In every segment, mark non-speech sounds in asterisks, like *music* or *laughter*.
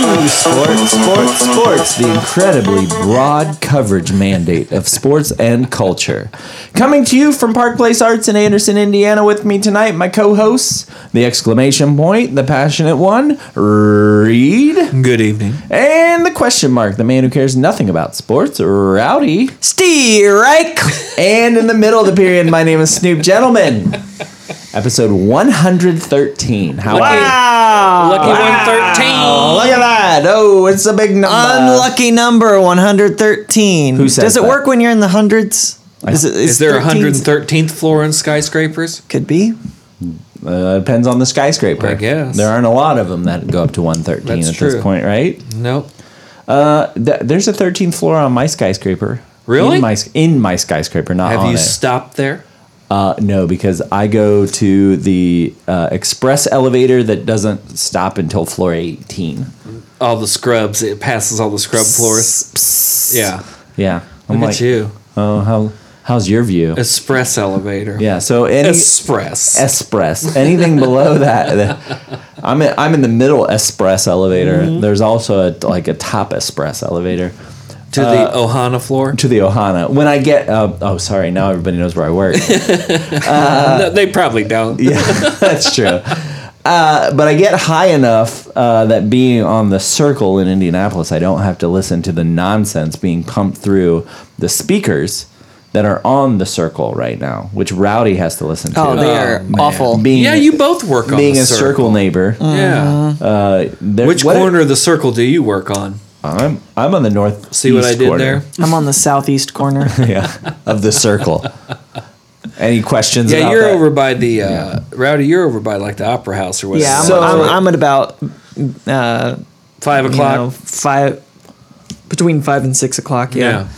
Sports, sports, sports. The incredibly broad coverage mandate of sports and culture. Coming to you from Park Place Arts in Anderson, Indiana, with me tonight, my co hosts, the exclamation point, the passionate one, Reed, Good evening. and the question mark, the man who cares nothing about sports, Rowdy. Steve Reich. And in the middle of the period, my name is Snoop. Gentlemen, episode 113. How are you? Ah, Wow. Lucky Oh, 113. look at that. Oh, it's a big number. Unlucky number 113. Who said Does it that? work when you're in the hundreds? Is, it, Is there a 13s? 113th floor in skyscrapers? Could be. Uh, depends on the skyscraper. I guess. There aren't a lot of them that go up to 113 That's at true. this point, right? Nope. Uh, th- there's a 13th floor on my skyscraper. Really? In my, s- in my skyscraper, not Have on you it. stopped there? uh, no, because I go to the uh, express elevator that doesn't stop until floor 18. All the scrubs. It passes all the scrub floors. Yeah. Yeah. Look at you. Oh, how, how's your view? Express elevator. yeah, so any... Express. Espress. Anything below that, that- I'm in, I'm in the middle Espress elevator. Mm-hmm. There's also a, like a top Espress elevator to Uh, the Ohana floor. to the Ohana. When I get uh, oh sorry, now everybody knows where I *laughs* work. uh, no, they probably don't. yeah, that's true. Uh, but I get high enough uh, that being on the circle in Indianapolis, I don't have to listen to the nonsense being pumped through the speakers that are on the circle right now, which Rowdy has to listen to. Uh, Oh, they are awful. Mm. being, Yeah, you both work on being the a circle, neighbor. Yeah. Uh-huh. Uh, there- Which what- corner of the circle do you work on? I'm I'm on the north. See what east I did corner. I'm on the southeast *laughs* corner. there? yeah, of the *laughs* circle. Any questions? Yeah, about you're that? over by the uh, Rowdy. You're over by like the Opera House or whatever. Yeah, I'm, So- I'm, I'm at about uh, five you o'clock. know, five between five and six o'clock. yeah, Yeah.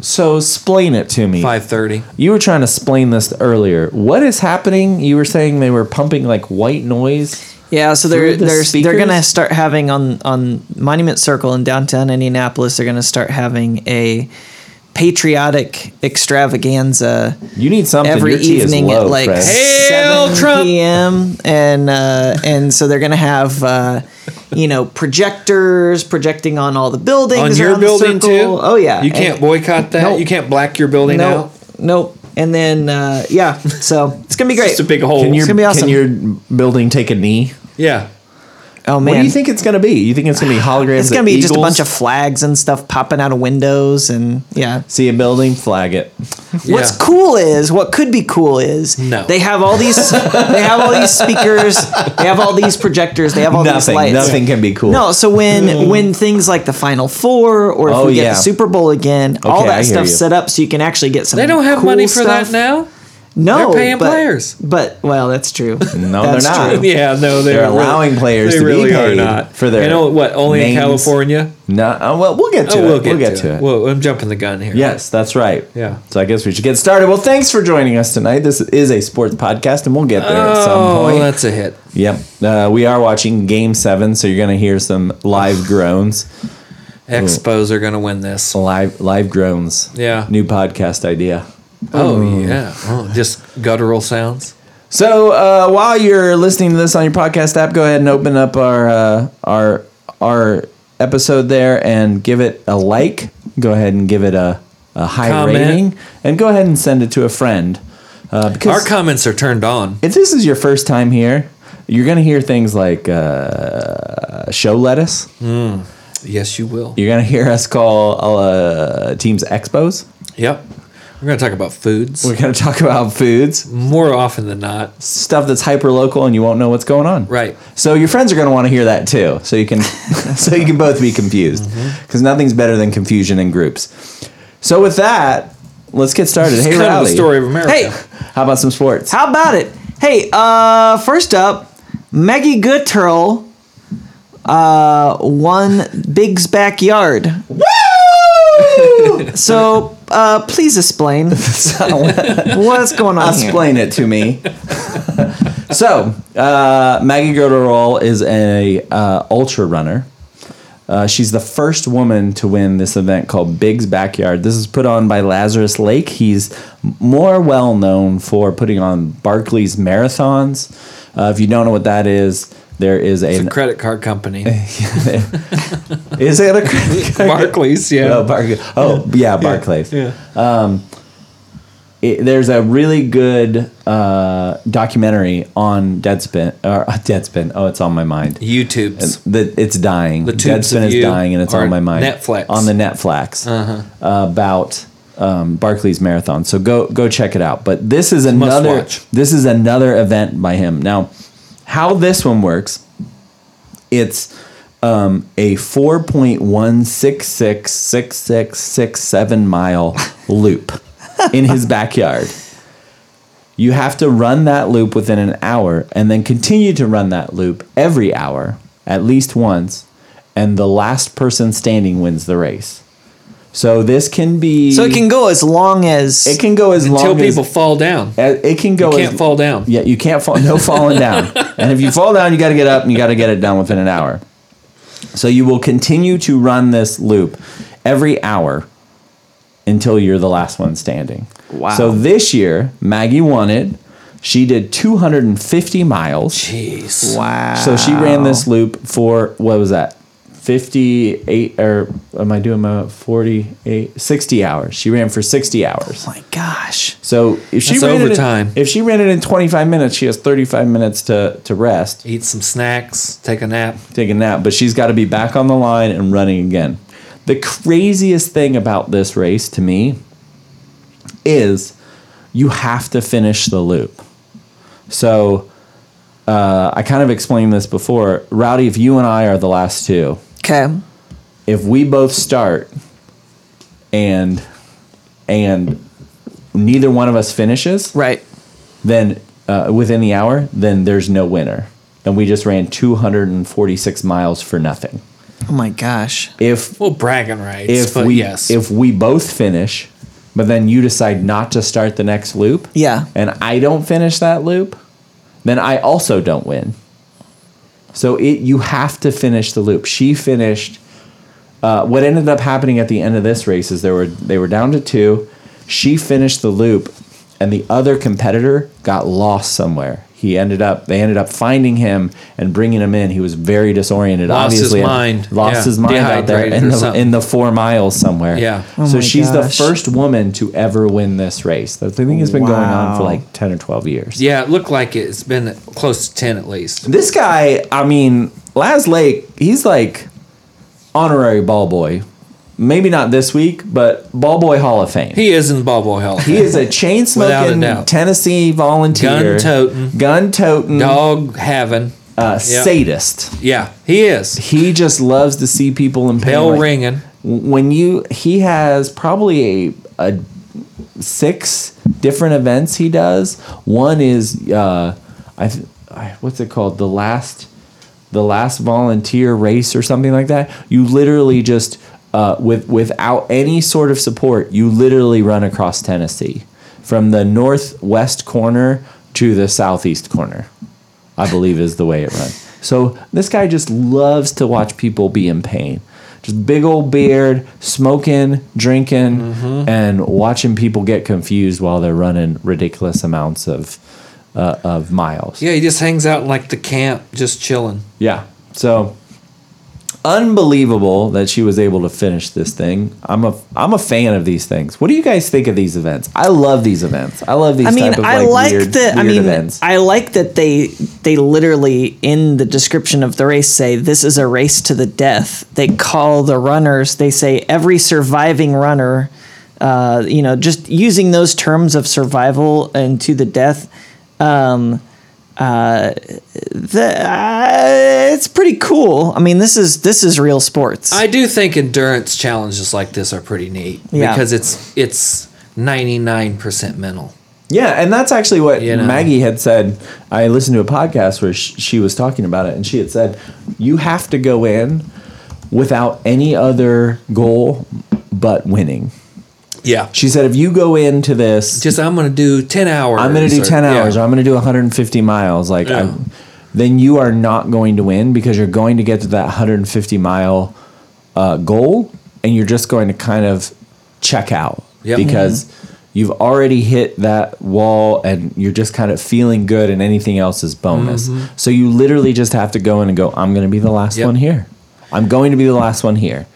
So, explain it to me. five thirty. You were trying to explain this earlier. What is happening? You were saying they were pumping like white noise. yeah, So Through they're the they're they're gonna speakers? start having on on Monument Circle in downtown Indianapolis. They're gonna start having a patriotic extravaganza. You need something. every Your tea is evening low, at like Fred. Hail seven Trump! p.m. and uh, and so they're gonna have uh, you know projectors projecting on all the buildings on your around the building circle. too. Oh yeah, you can't And, boycott that. Nope. You can't black your building nope, out. nope. And then uh, yeah, so it's gonna be It's great. just a big hole. Can your gonna be can awesome. your building take a knee? yeah, oh man, What do you think it's gonna be? You think it's gonna be holograms? it's of gonna be just a eagles? bunch of flags and stuff popping out of windows and yeah. see a building, flag it. What's Yeah. cool is what could be cool is No. they have all these they have all these speakers they have all these projectors they have all these nothing, lights nothing can be cool. No, so when when things like the Final Four or if Oh, we get yeah. the Super Bowl again, all Okay, I that hear stuff you. set up so you can actually get some. they don't have cool money for stuff. that now. No, They're paying but, players. But well, that's true. No, they're That's not. true. *laughs* Yeah, no, they're, They're allowing players They to be really paid are not for their You know what? Only names. in California. No, uh, well, we'll get to Oh, it. we'll get, to, it. Well, I'm jumping the gun here. Yes, that's right. Yeah. So I guess we should get started. Well, thanks for joining us tonight. This is a sports podcast, and we'll get there at some Oh, point. that's a hit. Yep. Uh, we are watching Game Seven, so you're gonna hear some *sighs* live groans. Expos are going to win this. Live, live groans. Yeah. New podcast idea. Oh yeah, oh, just guttural sounds. So uh, while you're listening to this on your podcast app, go ahead and open up our uh, our our episode there and give it a like. Go ahead and give it a, a high Comment. rating, and go ahead and send it to a friend. Uh, Our because comments are turned on. if this is your first time here, you're gonna hear things like uh, show lettuce. Hmm. Yes, you will. You're gonna hear us call uh, teams expos. Yep. We're going to talk about foods We're gonna *laughs* talk about foods, more often than not. stuff that's hyper local, and you won't know what's going on. Right. So your friends are going to want to hear that too. So you can, *laughs* *laughs* so you can both be confused, Mm-hmm. because nothing's better than confusion in groups. So with that, let's get started. hey, It's kind of Rowdy, the story of America. Hey, how about some sports? how about it? Hey, uh, first up, Maggie Gutturl uh, won Big's backyard. *laughs* Woo! so uh, please explain what's going on here. *laughs* Explain it to *laughs* me. so uh, Maggie Gutierrez is a uh, ultra runner. Uh, she's the first woman to win this event called Big's Backyard. This is put on by Lazarus Lake. He's more well known for putting on Barclays marathons. Uh, if you don't know what that is, There is an. Credit card *laughs* company. is it a credit card? *laughs* *laughs* Barclays, yeah. Oh, Bar- oh yeah, Barclays. *laughs* Yeah. It, there's a really good uh, documentary on Deadspin or Deadspin. Oh, it's on my mind. YouTube's. that it's dying. The Tubes Deadspin of is You dying, and it's or on my mind. Netflix. Uh-huh. on the Netflix Uh, about um, Barclays Marathon. So go go check it out. But this is another watch. this is another event by him. Now, how this one works, it's um, a four point one six six six six six seven mile loop in his backyard. You have to run that loop within an hour and then continue to run that loop every hour at least once, and the last person standing wins the race. So this can be So it can go as long as it can go as Until long as people fall down. uh, it can go You can't as, fall down. Yeah, you can't fall no falling down. *laughs* And if you fall down, you got to get up and you got to get it done within an hour. So you will continue to run this loop every hour until you're the last one standing. Wow. So this year, Maggie won it. She did 250 miles. Jeez. wow. So she ran this loop for what was that? 58 or am I doing my 48 60 hours. She ran for 60 hours. Oh My gosh. So if she That's ran overtime. It in, if she ran it in 25 minutes, she has 35 minutes to to rest, Eat some snacks, take a nap. take a nap, but she's got to be back on the line and running again. The craziest thing about this race to me is you have to finish the loop. So uh, I kind of explained this before. Rowdy, if you and I are the last two, Okay. if we both start and and neither one of us finishes, Right. then uh, within the hour, then there's no winner. And we just ran 246 miles for nothing. Oh my gosh. If Well, bragging rights. if but we yes. if we both finish, but then you decide not to start the next loop, Yeah. and I don't finish that loop, then I also don't win. So it you have to finish the loop. She finished. Uh, what ended up happening at the end of this race is there were they were down to two. She finished the loop, and the other competitor got lost somewhere. He ended up they ended up finding him and bringing him in. He was very disoriented. Lost his obviously, and mind. Lost Yeah. his mind out there Dehydrated in or the, something. in the four miles somewhere. Yeah. Oh so my she's gosh. the first woman to ever win this race. The thing has been going on for Wow. like ten or twelve years. yeah, it looked like it. It's been close to 10 at least. This guy, I mean, Laz Lake, he's like honorary ball boy. Maybe not this week, but ball boy Hall of Fame. He, He is in Bobo Hell. is a chain *laughs* Without a smoking doubt. Tennessee volunteer, Gun-toting. gun toting, dog having. uh, Yep. sadist. Yeah, he is. He just loves to see people in pain. Bell like- ringing. when you he has probably a, a six different events he does one is uh I, th- I what's it called the last the last volunteer race or something like that you literally just uh, with without any sort of support you literally run across tennessee from the northwest corner to the southeast corner I believe is the way it runs. So this guy just loves to watch people be in pain. Just big old beard, smoking, drinking, Mm-hmm. and watching people get confused while they're running ridiculous amounts of uh, of miles. Yeah, he just hangs out in like the camp, just chilling. Yeah. So unbelievable that she was able to finish this thing. I'm a I'm a fan of these things. What do you guys think of these events? I love these events. I love these. I mean, type of, I like weird- that. I weird mean, events. I like that they they literally in the description of the race say this is a race to the death. They call the runners. They say every surviving runner. Uh, you know, just using those terms of survival and to the death. Um, uh, the, uh, it's pretty cool. I mean, this is this is real sports. I do think endurance challenges like this are pretty neat Yeah. because it's it's 99% mental. Yeah, and that's actually what You know? Maggie had said. I listened to a podcast where sh- she was talking about it, and she had said, "You have to go in without any other goal but winning." Yeah. She said, "If you go into this, Just I'm going to do 10 hours. I'm going to do or- 10 yeah. hours, or I'm going to do 150 miles," like, Yeah. I, then you are not going to win because you're going to get to that 150 mile uh, goal, and you're just going to kind of check out Yep. because you've already hit that wall and you're just kind of feeling good and anything else is bonus. So you literally just have to go in and go, I'm going to be the last Mm-hmm. Yep. one here. I'm going to be the last one here.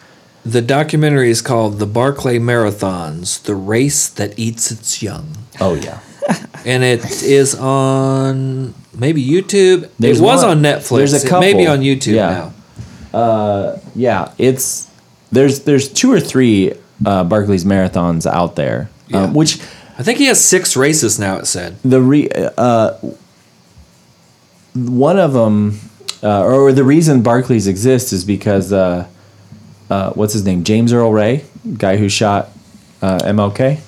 The documentary is called The Barclay Marathons, The Race That Eats Its Young. Oh, yeah. *laughs* And it is on maybe YouTube. There's it was one. on Netflix. There's a It may be couple. on YouTube Yeah. now. Yeah, it's there's there's two or three uh, Barclays marathons out there, Yeah. um, which I think he has six races now, it said. the re uh, one of them uh, or the reason Barclays exists is because uh, uh, what's his name James Earl Ray, guy who shot uh, MLK,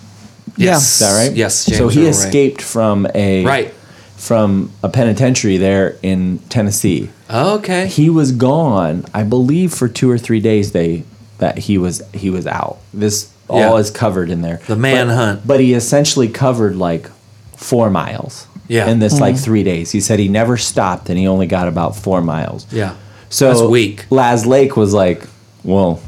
is that right? Yes. so James he Earl Ray. escaped from a Right. from a penitentiary there in Tennessee. Oh, Okay. he was gone i believe for two or three days they that he was he was out this all Yeah. is covered in there The But- manhunt. but, he essentially covered like four miles Yeah. in this like three days he said he never stopped and he only got about four miles yeah. so That's weak. laz lake was like well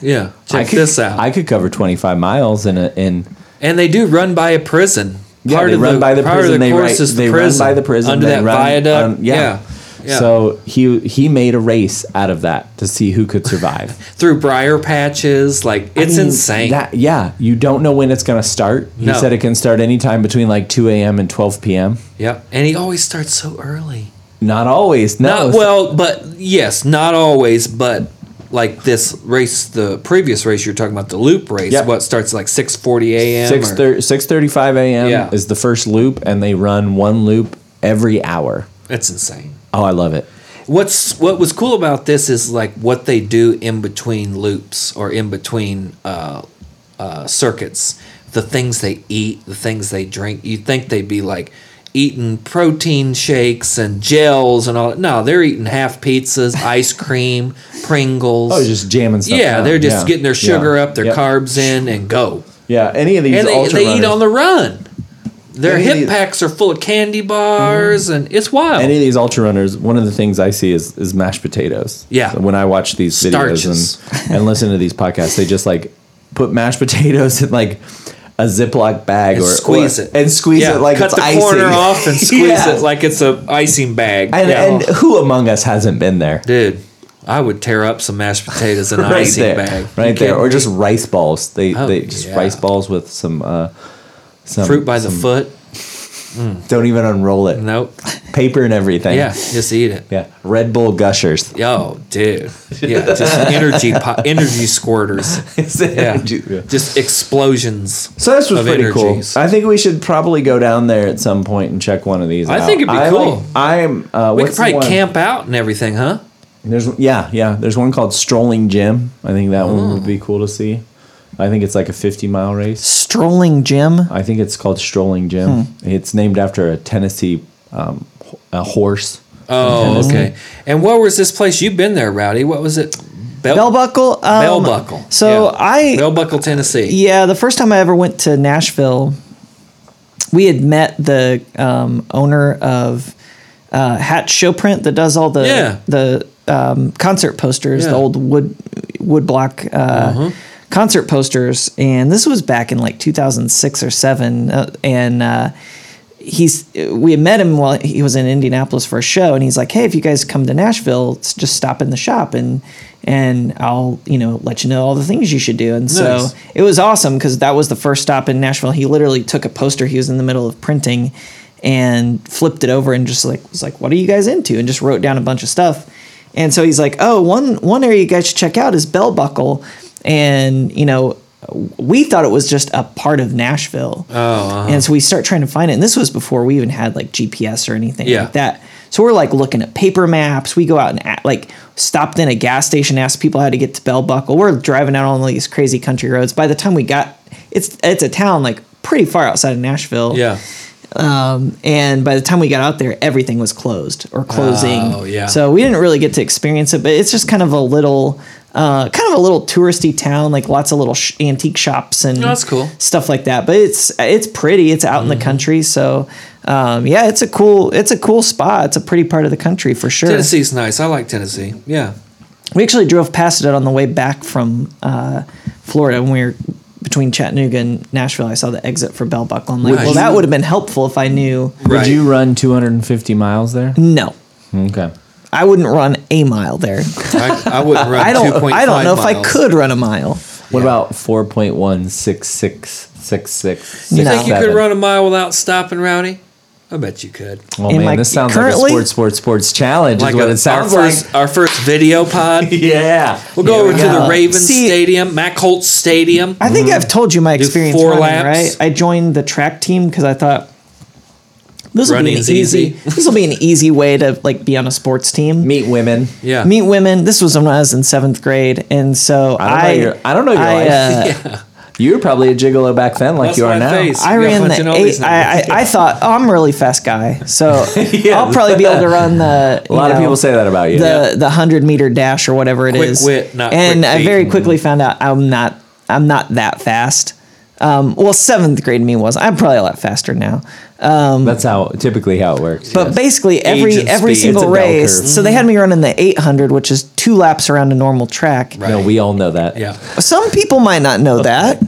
Yeah. Check I could, this out. i could cover 25 miles in a in and they do run by a prison. Yeah, they run by the part of prison. they course right, is the they prison. run by the prison under they that run viaduct. on- yeah. yeah. So he he made a race out of that to see who could survive. through briar patches, like it's I mean, insane. That, yeah, you don't know when it's going to start. He No. said it can start anytime between like 2 a.m. and 12 p.m. yep. And he always starts so early. Not always. No. Not well, but yes, not always, but like this race, the previous race you're talking about, the loop race, Yep. what starts like six forty a.m. Six or- thir- 6:35 a.m. Yeah. is the first loop, and they run one loop every hour. That's insane. Oh, I love it. What's what was cool about this is like what they do in between loops or in between uh, uh, circuits. The things they eat, the things they drink. You'd think they'd be like eating protein shakes and gels and all. that. No, they're eating half pizzas, ice cream, Pringles. Oh, just jamming stuff. yeah, down. they're just Yeah. getting their sugar Yeah. up, their Yep. carbs in, and go. Yeah, any of these And they, ultra they eat runners- on the run. Their Any of hip these- Mm-hmm. packs are full of candy bars, and it's wild. any of these ultra runners, one of the things I see is is mashed potatoes. Yeah. So when I watch these Starches. videos and, and listen to these podcasts, they just like put mashed potatoes in like a Ziploc bag and or squeeze or- it and squeeze it like cut it's the icing. corner *laughs* *laughs* off and squeeze Yeah. it like it's a icing bag. And, Yeah. and who among us hasn't been there? dude, I would tear up some mashed potatoes in *laughs* an right icing there, bag, right You there, kidding or me? just rice balls. They Oh, they just yeah. rice balls with some uh, some fruit by the foot. Don't even unroll it. Nope. *laughs* Paper and everything. Yeah, just eat it. yeah. Red Bull gushers. *laughs* Yo, dude. Yeah, just energy po- energy squirters. *laughs* *laughs* Yeah. Yeah. just explosions. So this was of pretty energies. cool. Uh, I think we should probably go down there at some point and check one of these. I out. think it'd be I cool. like- I'm. Uh, We what's could probably the one? camp out and everything, huh? There's yeah, yeah. There's one called Strolling Gym. I think that one would Mm. be cool to see. I think it's like a 50 mile race. Strolling Jim. I think it's called Strolling Gym. Hmm. It's named after a Tennessee um, ho- a horse. Oh, okay. And what was this place? You've been there, Rowdy. What was it? Bell, Bell buckle. Um, Bell Buckle. So Yeah. I Bell Buckle, Tennessee. Yeah, the first time I ever went to Nashville, we had met the um, owner of uh, Hat Showprint that does all the Yeah. the um, concert posters, Yeah. Uh-huh. the old wood woodblock uh, concert posters, and this was back in like 2006 or seven, uh, and. Uh, He's. We had met him while he was in Indianapolis for a show, and he's like, "Hey, if you guys come to Nashville, s- just stop in the shop, and and I'll you know let you know all the things you should do." And Nice. so it was awesome because that was the first stop in Nashville. He literally took a poster he was in the middle of printing and flipped it over and just like was like, "What are you guys into?" and just wrote down a bunch of stuff. And so he's like, "Oh, one one area you guys should check out is Bell Buckle," and you know. We thought it was just a part of Nashville, oh, and so we start trying to find it. And this was before we even had like GPS or anything Yeah. like that. So we're like looking at paper maps. We go out and a like stopped in a gas station, asked people how to get to Bell Buckle. We're driving out on all these crazy country roads. By the time we got, it's it's a town like pretty far outside of Nashville. Yeah. And by the time we got out there, everything was closed or closing. Oh, yeah. So we didn't really get to experience it, but it's just kind of a little, uh, kind of a little touristy town, like lots of little sh- antique shops and Oh, that's cool. Mm-hmm. stuff like that. But it's it's pretty. It's out in the country, so um, yeah, it's a cool it's a cool spot. It's a pretty part of the country for sure. Tennessee's nice. I like Tennessee. Yeah. We actually drove past it on the way back from uh, Florida when we were between Chattanooga and Nashville, I saw the exit for Buckle. I'm like, Would well, that you- would have been helpful if I knew. Would you run 250 miles there? No, Mm. Okay. I wouldn't run a mile there. I, I wouldn't run. *laughs* I don't. 2.5 I don't know if I miles. could run a mile. What about 4.16666? You You think you could run a mile without stopping, Rowdy? I bet you could. Oh In man, my- this sounds currently- like a sports, sports, sports challenge is what a- it sounds our like. first, our first video *laughs* pod. *laughs* Yeah. We'll go over to the Ravens See- Stadium, Mac Holt Stadium. I think I've told you my experience four running, laps. right? I joined the track team because I thought this will be an Running's easy, easy. *laughs* this will be an easy way to like be on a sports team. meet women. yeah, Meet women. This was when I was in seventh grade, and so I don't know I your- I don't know your life. uh, *laughs* You were probably a gigolo back then, like That's you are my now. face. I We got ran bunch of the oldies eight. now. I, I, I thought, oh, I'm a really fast guy, so *laughs* Yeah. I'll probably be able to run the. A lot of people say that about you. the the hundred meter dash or whatever it is. Quick wit, not and quick Mm-hmm. I feet. very quickly found out I'm not I'm not that fast. Um, well, seventh grade me was. I'm probably a lot faster now. um, That's how typically how it works. But basically every and every speed. It's single a bell race. curve. So they had me running the 800, which is two laps around a normal track. Right. no, we all know that. yeah. Some people might not know that.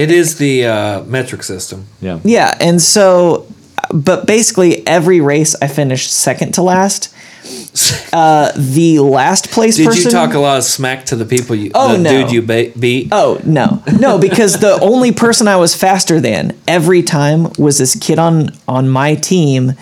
It is the uh, metric system. Yeah. Yeah, and so, but basically every race I finished second to *laughs* last. Uh, the last place Did person. you talk a lot of smack to the people you, Oh, the no. dude you ba- beat? Oh no, no, because *laughs* the only person I was faster than every time was this kid on on my team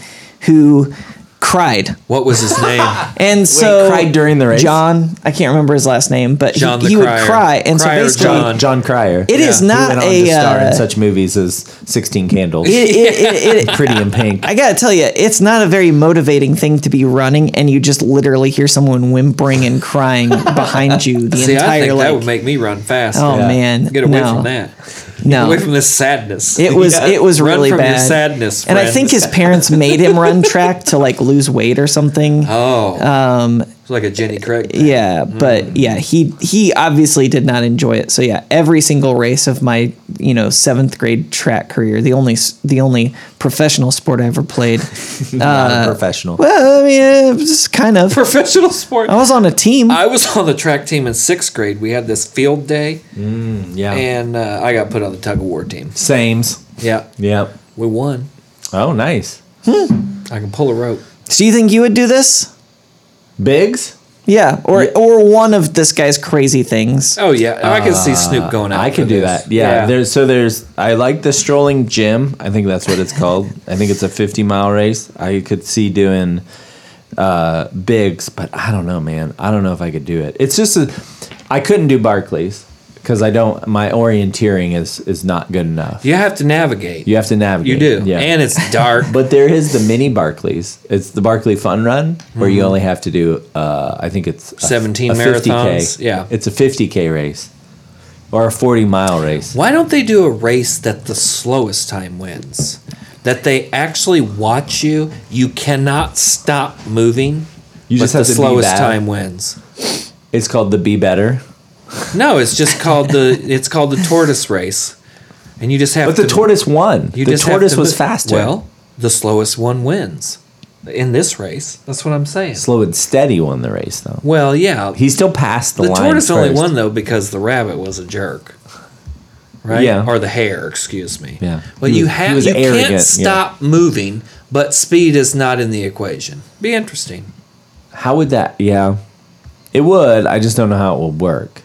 who cried, What was his name? *laughs* and so cried during the race? John, I can't remember his last name, but he- John the he, would Crier. cry, and Crier so basically, John, John. John Cryer. it It is is Yeah. not went on a. to star uh, in such movies as Sixteen Candles, *laughs* it- it- it- it- Pretty in *laughs* Pink. I gotta tell you, it's not a very motivating thing to be running, and you just literally hear someone whimpering and crying behind you *laughs* the See, I entire think like. that would make me run fast. oh Yeah. man, Get away no, from that. No, Away from this sadness. *laughs* It was Yeah. it was Run really from your bad. sadness, and I friend. think his parents made him run track to like lose weight or *laughs* something. oh, um, it's like a Jenny Craig. thing. Yeah, Hmm. but yeah, he he obviously did not enjoy it. So yeah, every single race of my you know seventh grade track career, the only s- the only professional sport I ever *laughs* played. Uh, not a professional. well, I mean, eh, it was just kind of. *laughs* Professional sport. I was on a team. I was on the track team in sixth grade. We had this field day, yeah. and uh, I got put on the tug of war team. Sames. Yeah, Yep. we won. Oh, nice. I can pull a rope. Do you think you would do this? Biggs. Yeah, or or one of this guy's crazy things. Oh yeah, I can see Snoop going out. Uh, I could for do this. that. Yeah, There's so there's I like the strolling gym. I think that's what it's called. I think it's a 50 mile race. I could see doing uh bigs, but I don't know, man. I don't know if I could do it. It's just a, I couldn't do Barclays because I don't. My orienteering is is not good enough. you have to navigate. You have to navigate. You do, Yeah. and *laughs* it's dark. but there is the mini Barclays. It's the Barclay Fun Run where you Mm-hmm. only have to do. Uh, I think it's a- 17 a 50K. marathons. Yeah. it's a 50k race or a 40 mile race. Why don't they do a race that the slowest time wins? That they actually watch you. You cannot stop moving. You but just the have to be slowest bad. time wins. It's called the Be Better. No, it's just *laughs* called the it's called the tortoise race, and you just have. But the to, tortoise won. You the just have tortoise to was mo- faster. Well, the slowest one wins in this race. That's what I'm saying. slow and steady won the race though. Well, yeah. He still passed the, the line. tortoise only first. won though because the rabbit was a jerk. Right? Yeah. Or the hare, excuse me. Yeah. Well, He you was- he have was you arrogant, yeah. can't stop moving, but speed is not in the equation. Be interesting. How would that? Yeah, it would. I just don't know how it will work.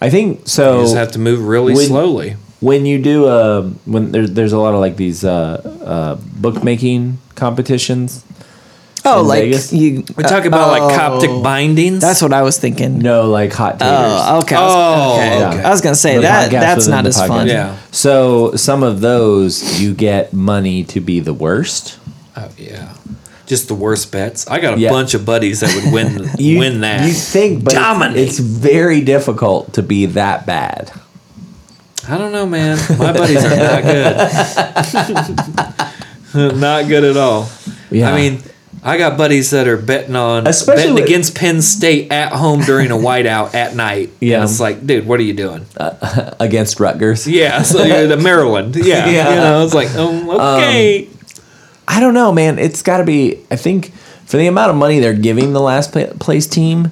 I think so. You just have to move really When- slowly. when you do uh when there's there's a lot of like these uh, uh, bookmaking competitions. Oh, In like Vegas? you. Oh, We talk about like Coptic bindings. That's what I was thinking. No, like hot taters. Oh, okay. I was- Oh, okay. okay. I was gonna say The that podcast that's within not the as podcast. fun. Yeah. So some of those you get money to be the worst. Oh yeah. Just the worst bets. I got a Yeah. bunch of buddies that would win *laughs* You win that. You think, but it's, Dominate. it's very difficult to be that bad. I don't know, man. My buddies are not good. not good *laughs* at all. Yeah. I mean, I got buddies that are betting on Especially betting with- against Penn State at home during a whiteout at night. And Yeah. Uh. it's like, dude, what are you doing? Against Rutgers, yeah, so you're the *laughs* Maryland. Yeah, Yeah. you know, it's like, um, okay. I don't know, man. It's got to be. I think for the amount of money they're giving the last pla- place team,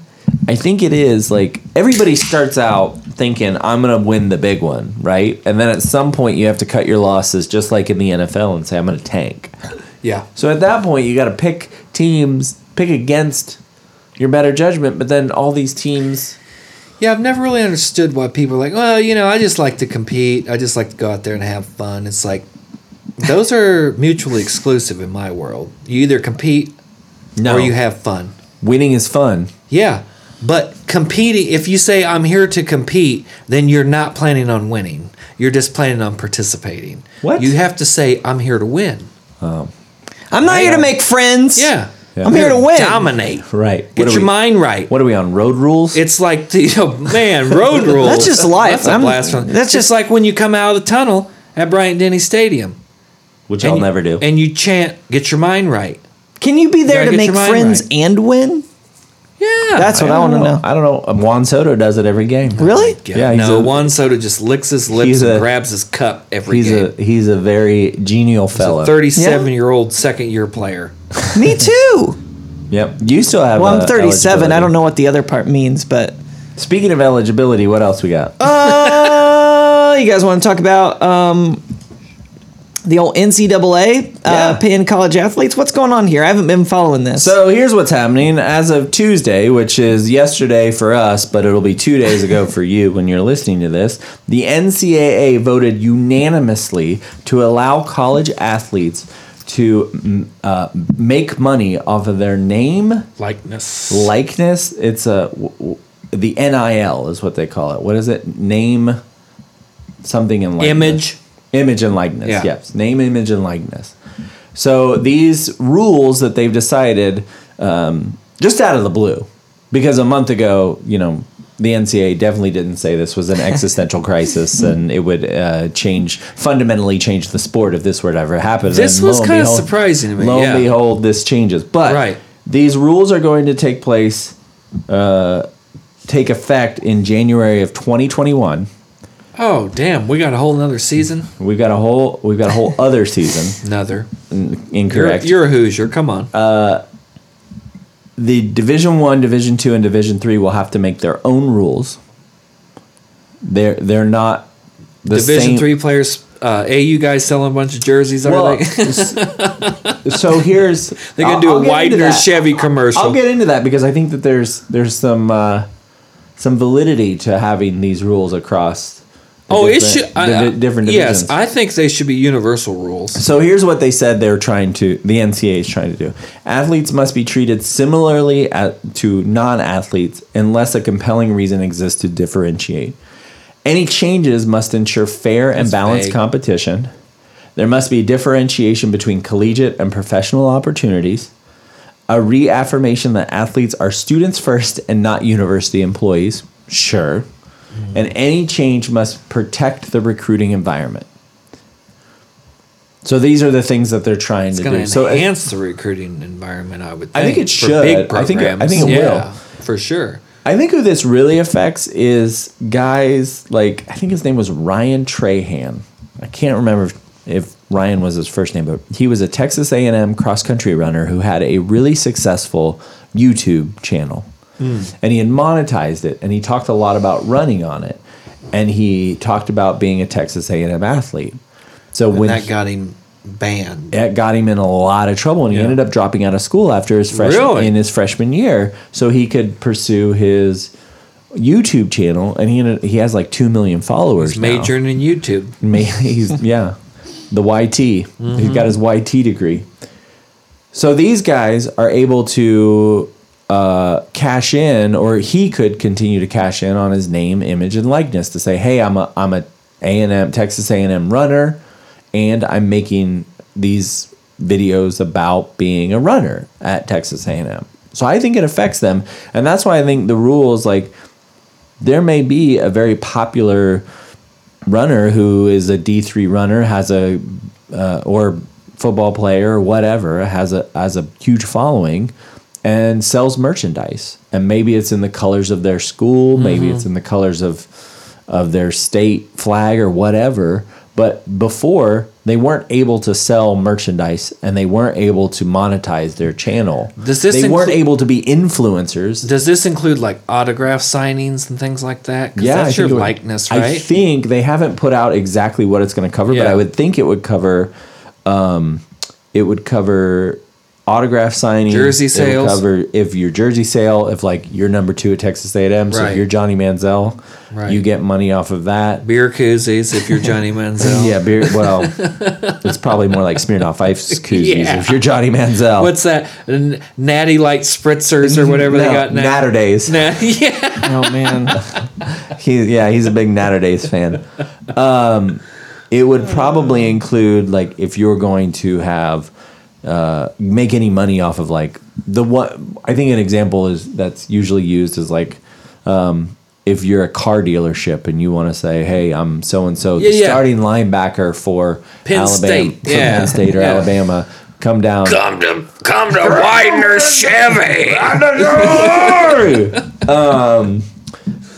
I think it is like everybody starts out thinking I'm going to win the big one, right? And then at some point you have to cut your losses, just like in the NFL, and say I'm going to tank. Yeah. So at that point you got to pick teams, pick against your better judgment, but then all these teams. Yeah, I've never really understood why people are like, well, you know, I just like to compete. I just like to go out there and have fun. It's like, those are mutually exclusive in my world. You either compete No, or you have fun. winning is fun. Yeah. But competing, if you say I'm here to compete, then you're not planning on winning. You're just planning on participating. What? You have to say I'm here to win. I'm not here to make friends. Yeah. Yeah. I'm here to win. *laughs* Dominate. Right. Get What are your we- mind right. What are we on road rules? It's like the, you know, man, road rules. That's just life. That's a I'm- blasphemy. that's That's just like when you come out of the tunnel at Bryant Denny Stadium. which and I'll you- never do. And you chant, "Get your mind right." Can you be there to Gotta get make your mind friends right. and win? Yeah. That's what I, want to don't know. I don't know. Um, Juan Soto does it every game. Really? Yeah. Yeah, he's no, a- Juan Soto just licks his He's lips and a- grabs his cup every He's game. a he's a very genial fellow. a 37 year old second year player. *laughs* Me too. Yep. You still have. Well, uh, I'm 37. I eligibility. don't know what the other part means, but Speaking of eligibility, what else we got? uh, you guys want to talk about um, the old NCAA Yeah. uh, paying college athletes? What's going on here? I haven't been following this. So here's what's happening as of Tuesday, which is yesterday for us, but it'll be two days ago for you when you're listening to this. The NCAA voted unanimously to allow college athletes to mm, uh, make money off of their name, Likeness. likeness. It's a w- w- the NIL is what they call it. What is it? Name something in likeness. Image. Image and likeness. Yeah. Yes. Name, image, and likeness. So these rules that they've decided um, just out of the blue, because a month ago, you know, the NCAA definitely didn't say this *laughs* was an existential crisis and it would uh, change fundamentally change the sport if this were to ever happen. This And lo was and kinda behold- surprising to me, Lo yeah. and behold, this changes. But Right. these rules are going to take place, uh, take effect in January of 2021. Oh, damn. We got a whole nother season. We've got a whole we've got a *laughs* whole other season. Another. You're, Incorrect. you're a Hoosier. Come on. Uh, the Division One, Division Two, and Division Three will have to make their own rules. They're they're not the Division same- three players. Uh, AU guys selling a bunch of jerseys. Are Well, they? *laughs* so here's They're gonna I'll- do I'll a get into Widener that. Chevy commercial. I'll get into that because I think that there's there's some uh, some validity to having these rules across. the oh, it should. different- the I- di- different divisions. Yes, I think they should be universal rules. So here's what they said they're trying to, the NCAA is trying to do. Athletes must be treated similarly at, to non athletes unless a compelling reason exists to differentiate. Any changes must ensure fair and That's balanced vague. competition. There must be differentiation between collegiate and professional opportunities. A reaffirmation that athletes are students first and not university employees. Sure. Mm-hmm. And any change must protect the recruiting environment. So these are the things that they're trying It's to going do. to So I- enhance the recruiting environment. I would. Think, I think it for should. Big I think it- I think it programs. will. for sure. I think who this really affects is guys like I think his name was Ryan Trahan. I can't remember if Ryan was his first name, but he was a Texas A&M cross country runner who had a really successful YouTube channel, Hmm. and he had monetized it, and he talked a lot about running on it, and he talked about being a Texas A&M athlete. So when And that he- got him banned. that got him in a lot of trouble, and he Yeah. ended up dropping out of school after his freshman Really? in his freshman year, so he could pursue his YouTube channel, and he ended, he has like two million followers. He's now. majoring in YouTube. *laughs* Ma- he's yeah, the YT. He's got his YT degree. So these guys are able to uh, cash in, or he could continue to cash in on his name, image, and likeness to say, "Hey, I'm a I'm a A and M Texas A and M runner, and I'm making these videos about being a runner at Texas A and M." So I think it affects them, and that's why I think the rules like there may be a very popular runner who is a D three runner has a uh, or football player or whatever has a has a huge following and sells merchandise and maybe it's in the colors of their school maybe Mm-hmm. it's in the colors of of their state flag or whatever but before they weren't able to sell merchandise and they weren't able to monetize their channel. Does this they weren't inclu- able to be influencers. Does this include like autograph signings and things like that? 'Cause I that's think your it would- likeness, I right? think they haven't put out exactly what it's going to cover, but Yeah. I would think it would cover. Um, it would cover autograph signing, Jersey sales. Cover if your jersey sale, if like you're number two at Texas A&M, so Right. if you're Johnny Manziel, Right. you get money off of that. Beer koozies if *laughs* you're Johnny Manziel. Yeah, beer. Well, *laughs* it's probably more like Smirnoff Ice koozies Yeah. if you're Johnny Manziel. What's that? N- Natty Light spritzers or whatever they No, got now. Natterdays. Na- yeah. Oh man. *laughs* He, yeah, he's a big Natterdays fan. Um, it would probably include like if you're going to have uh, make any money off of like the one. I think an example is that's usually used is like. Um, if you're a car dealership and you want to say, "Hey, I'm so and so, the Yeah, yeah. starting linebacker for Penn Alabama, State, for yeah. Penn State or Yeah. Alabama, come down." Come to come to Widener Chevy. um,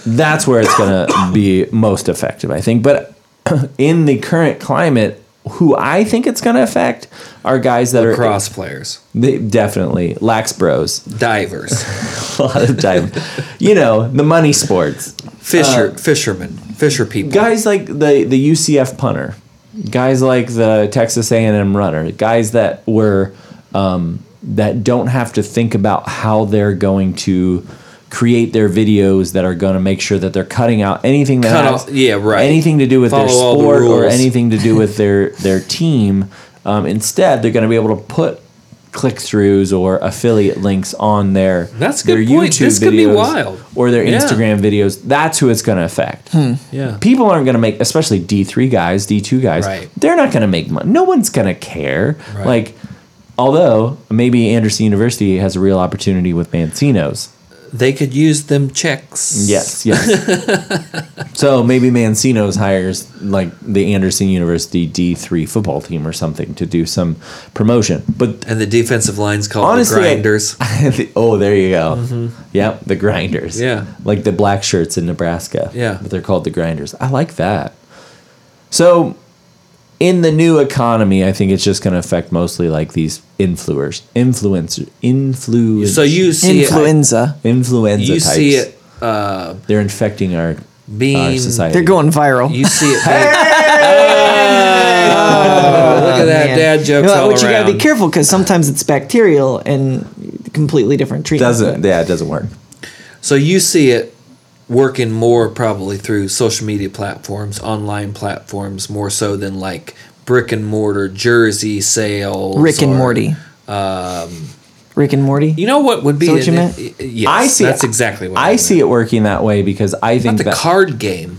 that's where it's going to be most effective, I think. But *clears throat* in the current climate, who I think it's going to affect are guys that Cross players, are they, definitely lax bros. *laughs* divers, A lot of time, you know, the money sports fisher, Uh, fishermen, fisher people. guys like the the UCF punter, guys like the Texas A&M runner, guys that were um, that don't have to think about how they're going to create their videos that are going to make sure that they're cutting out anything that Cut has off- yeah, right. anything to do with their Follow all the sport or rules. anything to do *laughs* with their their team. Um, instead, they're going to be able to put click throughs or affiliate links on their That's a good their point. YouTube This could be videos wild. or their Yeah. Hmm. Instagram videos. That's who it's going to affect yeah. people aren't going to make especially d3 guys d2 guys Right. they're not going to make money no one's going to care Right. like although maybe anderson university has a real opportunity with mancinos They could use them checks. *laughs* yes yes so maybe mancinos hires like the anderson university d3 football team or something to do some promotion but And the defensive line's called honestly the I- *laughs* grinders. Mm-hmm. oh there you go yep the grinders Yeah. like the black shirts in nebraska Yeah. but they're called the grinders i like that so in the new economy i think it's just going to affect mostly like these influencers influencer influence so you see it. Influenza. influenza You types. see it they're infecting our our being. society They're going viral. You see it. being- Oh, look at that Man. dad jokes Well, all Which you around. gotta be careful because sometimes it's bacterial and completely different treatment. doesn't yeah it doesn't work So you see it working more probably through social media platforms, online platforms, more so than like brick and mortar jersey sales. Rick and or- Morty. Um, Rick and Morty. You know what would be? that what you an- meant? Yes, i see that's exactly what i, see it working that way because i think Not the that card game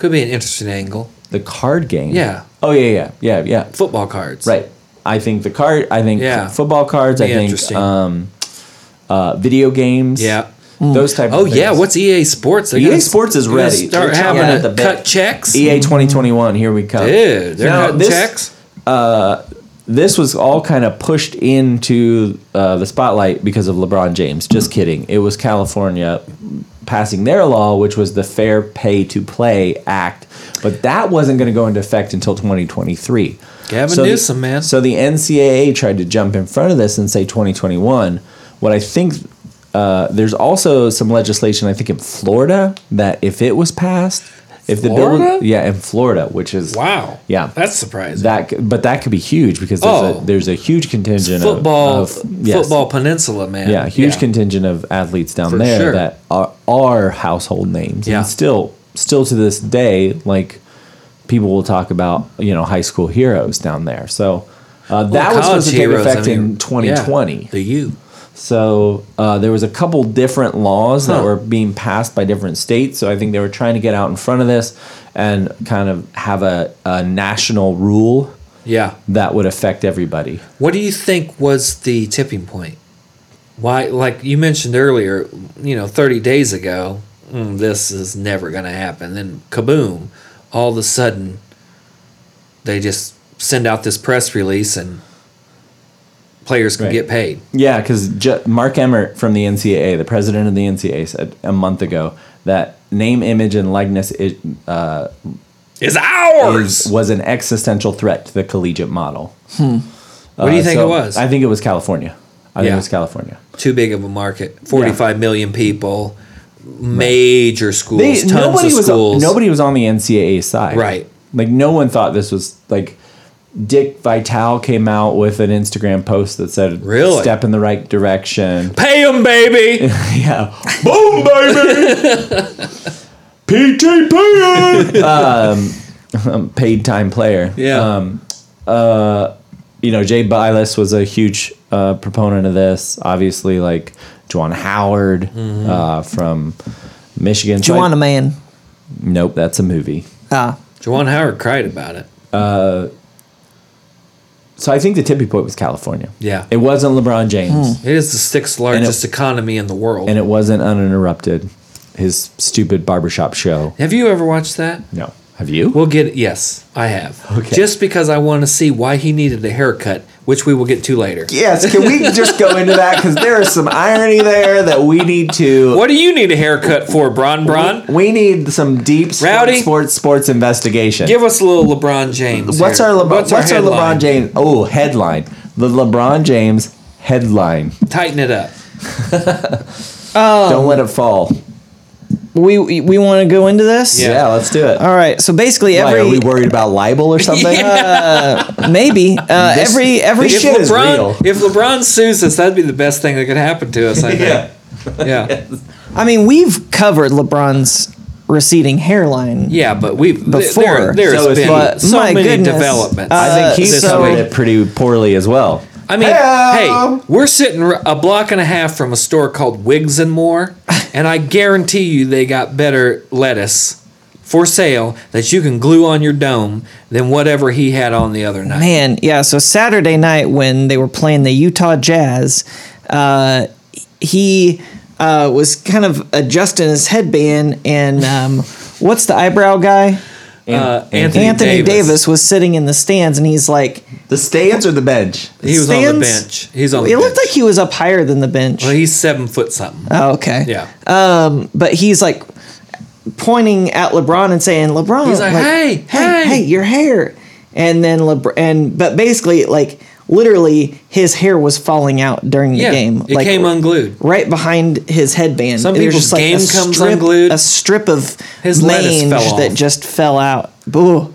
could be an interesting angle. the card game Yeah. oh yeah yeah yeah yeah Football cards, Right. I think the card. I think Yeah. football cards. I Be think interesting. um, uh, video games. Yeah. Those type. Oh of yeah, things. what's EA Sports? They're EA gonna- Sports is they're gonna ready. Start They're having chomping to at the bit. cut checks. EA E twenty twenty one? Here we come. Dude, they're Now, cutting this- checks. This was all kind of pushed into uh, the spotlight because of LeBron James. Just kidding. It was California passing their law, which was the Fair Pay to Play Act, but that wasn't going to go into effect until twenty twenty three. Gavin the- Newsom, man. So the NCAA tried to jump in front of this and say 2021. What I think uh, there's also some legislation I think in Florida that if it was passed, if the bill, Florida? was- yeah, in Florida, which is Wow. Yeah. That's surprising. that, c- but that could be huge because there's, Oh. a, there's a huge contingent of- football of, yes. football peninsula, man. yeah, huge contingent of athletes down For there sure. that are, are household names, Yeah. and still, still to this day, like people will talk about you know high school heroes down there. So uh, that was supposed to take effect in 2020. the U. So uh, there was a couple different laws that Huh. were being passed by different states. So I think they were trying to get out in front of this and kind of have a, a national rule Yeah. that would affect everybody. What do you think was the tipping point? Why, like you mentioned earlier, you know, 30 days ago, mm, this is never going to happen. Then kaboom, all of a sudden, they just send out this press release and players can Right. get paid. Yeah, because J- Mark Emmert from the NCAA, the president of the NCAA, said a month ago that name, image, and likeness i- uh, is ours. is, was an existential threat to the collegiate model. what do you think it was? Uh, I think it was California. I think Yeah. it was California. Too big of a market. Forty-five million people, major schools, They- tons nobody of was schools. nobody was on the NCAA side, Right. Like no one thought this was like. Dick Vitale came out with an Instagram post that said, Really? step in the right direction." Pay *laughs* them, baby. yeah, boom, *laughs* baby, PTP, *laughs* um, um, paid time player. Yeah. Um, you know, Jay Bilas was a huge uh, proponent of this. Obviously, like Juwan Howard Mm-hmm. uh, from Michigan. So I- Joanna Man. Nope, that's a movie. Ah, Jawan Howard cried about it. So I think the tipping point was California. Yeah. It wasn't LeBron James It is the sixth largest economy in the world. and it wasn't uninterrupted. His stupid barbershop show. Have you ever watched that? No. Have you? We'll get yes, I have. Okay. Just because I want to see why he needed a haircut, which we will get to later. yes. Can *laughs* we just go into that? Because there is some irony there that we need to. What do you need a haircut for, Bron Bron? We need some deep sports- Rowdy? sports sports investigation. Give us a little LeBron James. what's here. our LeBron? What's, our, headline? LeBron James? Oh, headline. The LeBron James headline. Tighten it up. Um, Don't let it fall. we we, we want to go into this. Yeah, Yeah. let's do it. All right. So basically, Why, are we every worried about libel *laughs* or something? *laughs* maybe uh, every every this sh- shit is real. LeBron, if LeBron sues us, that'd be the best thing that could happen to *laughs* us. I think. Yeah. yeah. yeah, I mean, we've covered LeBron's receding hairline. but we've Before. there, there has So it's been like- so My many goodness. developments. Uh, I think he this covered week. it pretty poorly as well. I mean, Hey-o. hey, we're sitting r- a block and a half from a store called Wigs and More, and I guarantee you they got better lettuce for sale that you can glue on your dome than whatever he had on the other night. Man, yeah. So Saturday night when they were playing the Utah Jazz, uh, he uh, was kind of adjusting his headband, and um, what's the eyebrow guy? Uh, Anthony Anthony, Anthony Davis. Davis. was sitting in the stands, and he's like, The stands or the bench? He was on the stands- bench. He's on. it the looked bench. like he was up higher than the bench. Well, he's seven foot something. oh, okay. Yeah. but he's like pointing at LeBron and saying, "LeBron, He's like, "Hey, hey, hey." hey, your hair." And then LeBron, and but basically, like literally, his hair was falling out during the yeah. game. It like, came unglued. right behind his headband. Some There's people's just, like, game a comes strip, unglued. A strip of His lettuce mange fell that off. just fell out. Ooh, Yeah, how does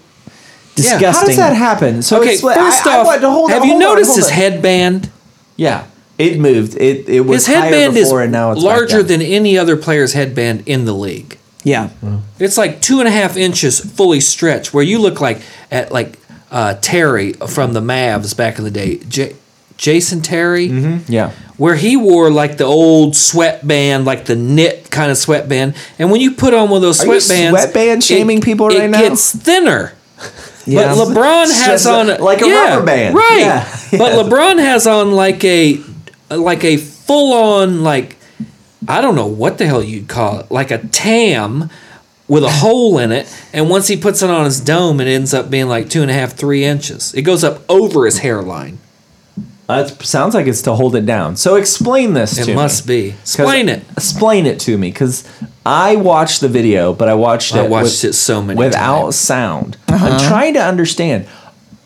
disgusting. How does that happen? So Okay, it's what- first I- I off, want to- hold on, have you hold on, noticed hold his on. headband? Yeah, it moved. It it was His headband higher is before, and now it's back larger down. than any other player's headband in the league. Yeah, It's like two and a half inches fully stretched, where you look like at like uh, Terry from the Mavs back in the day, J- Jason Terry, Yeah, where he wore like the old sweatband, like the knit kind of sweatband. And when you put on one of those Are you sweatbands, sweatband shaming people right it now? gets thinner. Yeah. But LeBron It's has just on like a rubber band. right? Yeah. But Yeah. LeBron has on like a like a full on like I don't know what the hell you'd call it, like a tam with a hole in it. And once he puts it on his dome, it ends up being like two and a half, three inches. It goes up over his hairline. that Uh, sounds like it's to hold it down. So explain this. It to must me. be. 'Cause- Explain it. Explain it to me, because I watched the video, but I watched it. I with- watched it so many without times. Uh-huh. sound. I'm trying to understand.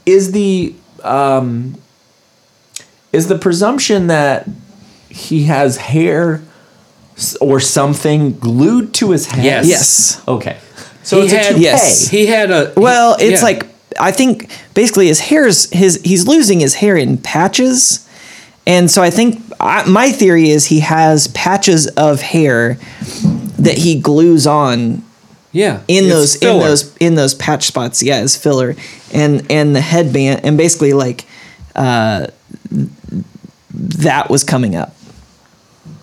Is the um, is the presumption that he has hair s- or something glued to his head? Yes. yes. Okay. So he it's had a toupee. yes. he had a Well, it's yeah. like I think basically his hair's his he's losing his hair in patches, and so I think I, my theory is he has patches of hair that he glues on yeah in it's those in filler. those in those patch spots. Yeah, as filler and and the headband and basically like uh, that was coming up.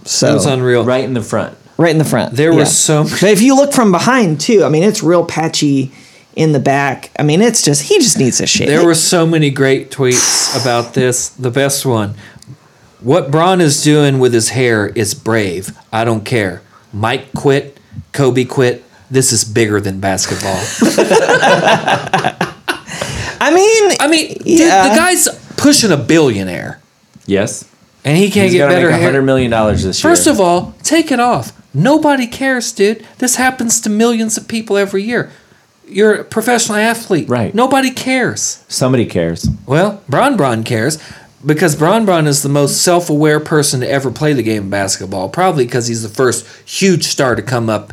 So It was unreal. Right in the front. right in the front. There were so *laughs* many- But if you look from behind too, I mean, it's real patchy in the back. I mean, it's just he just needs a shave. There were so many great tweets about this. The best one. What Braun is doing with his hair is brave. I don't care. Mike quit. Kobe quit. This is bigger than basketball. I mean, I mean, dude, Yeah. the guy's pushing a billionaire, Yes. and he can't He's get gonna better make hundred hair. million dollars this year. First of all, take it off. Nobody cares, dude. This happens to millions of people every year. You're a professional athlete. Right. Nobody cares. Somebody cares. Well, Bron Bron cares because Bron Bron is the most self aware person to ever play the game of basketball. Probably because he's the first huge star to come up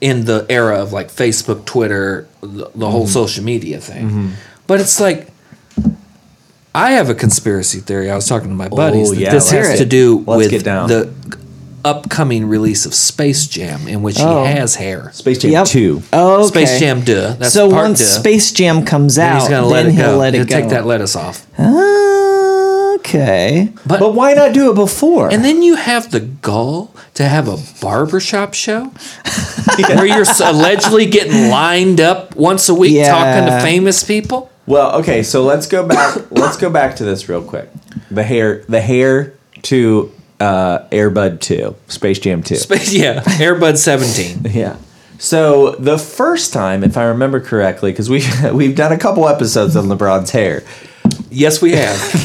in the era of like Facebook, Twitter, the, the whole Mm-hmm. social media thing. But it's like, I have a conspiracy theory. I was talking to my Oh, buddies. that yeah, this let's has get- to do let's with get down. the upcoming release of Space Jam, in which Oh. he has hair. Space Jam Yep. 2. Uh, Okay. Space Jam, duh. That's so part once duh. Space Jam comes And out, he's gonna then let it he'll go. let it he'll go. take that lettuce *laughs* off. Okay. But why not do it before? And then you have the gall to have a barbershop *laughs* show where you're s- allegedly getting lined up once a week Yeah. talking to famous people. Well, okay, so let's go back. *coughs* let's go back to this real quick. The hair, the hair to uh, Airbud Two, Space Jam Two. But yeah, Airbud 17. yeah. So the first time, if I remember correctly, because we *laughs* we've done a couple episodes on LeBron's hair, Yes, we have.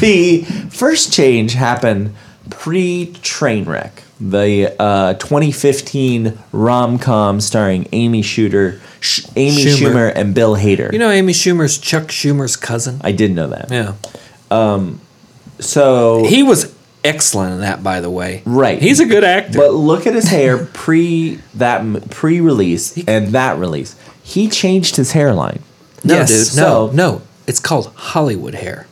*laughs* the first change happened pre train wreck. The uh, 2015 rom com starring Amy Shooter, Sh- Amy Schumer. Schumer. and Bill Hader. You know Amy Schumer's Chuck Schumer's cousin? I did know that. Yeah. So He was excellent in that, by the way. Right. He's a good actor. But look at his hair pre that pre release and that release. He changed his hairline. no, Yes, dude. No, so- no. It's called Hollywood hair.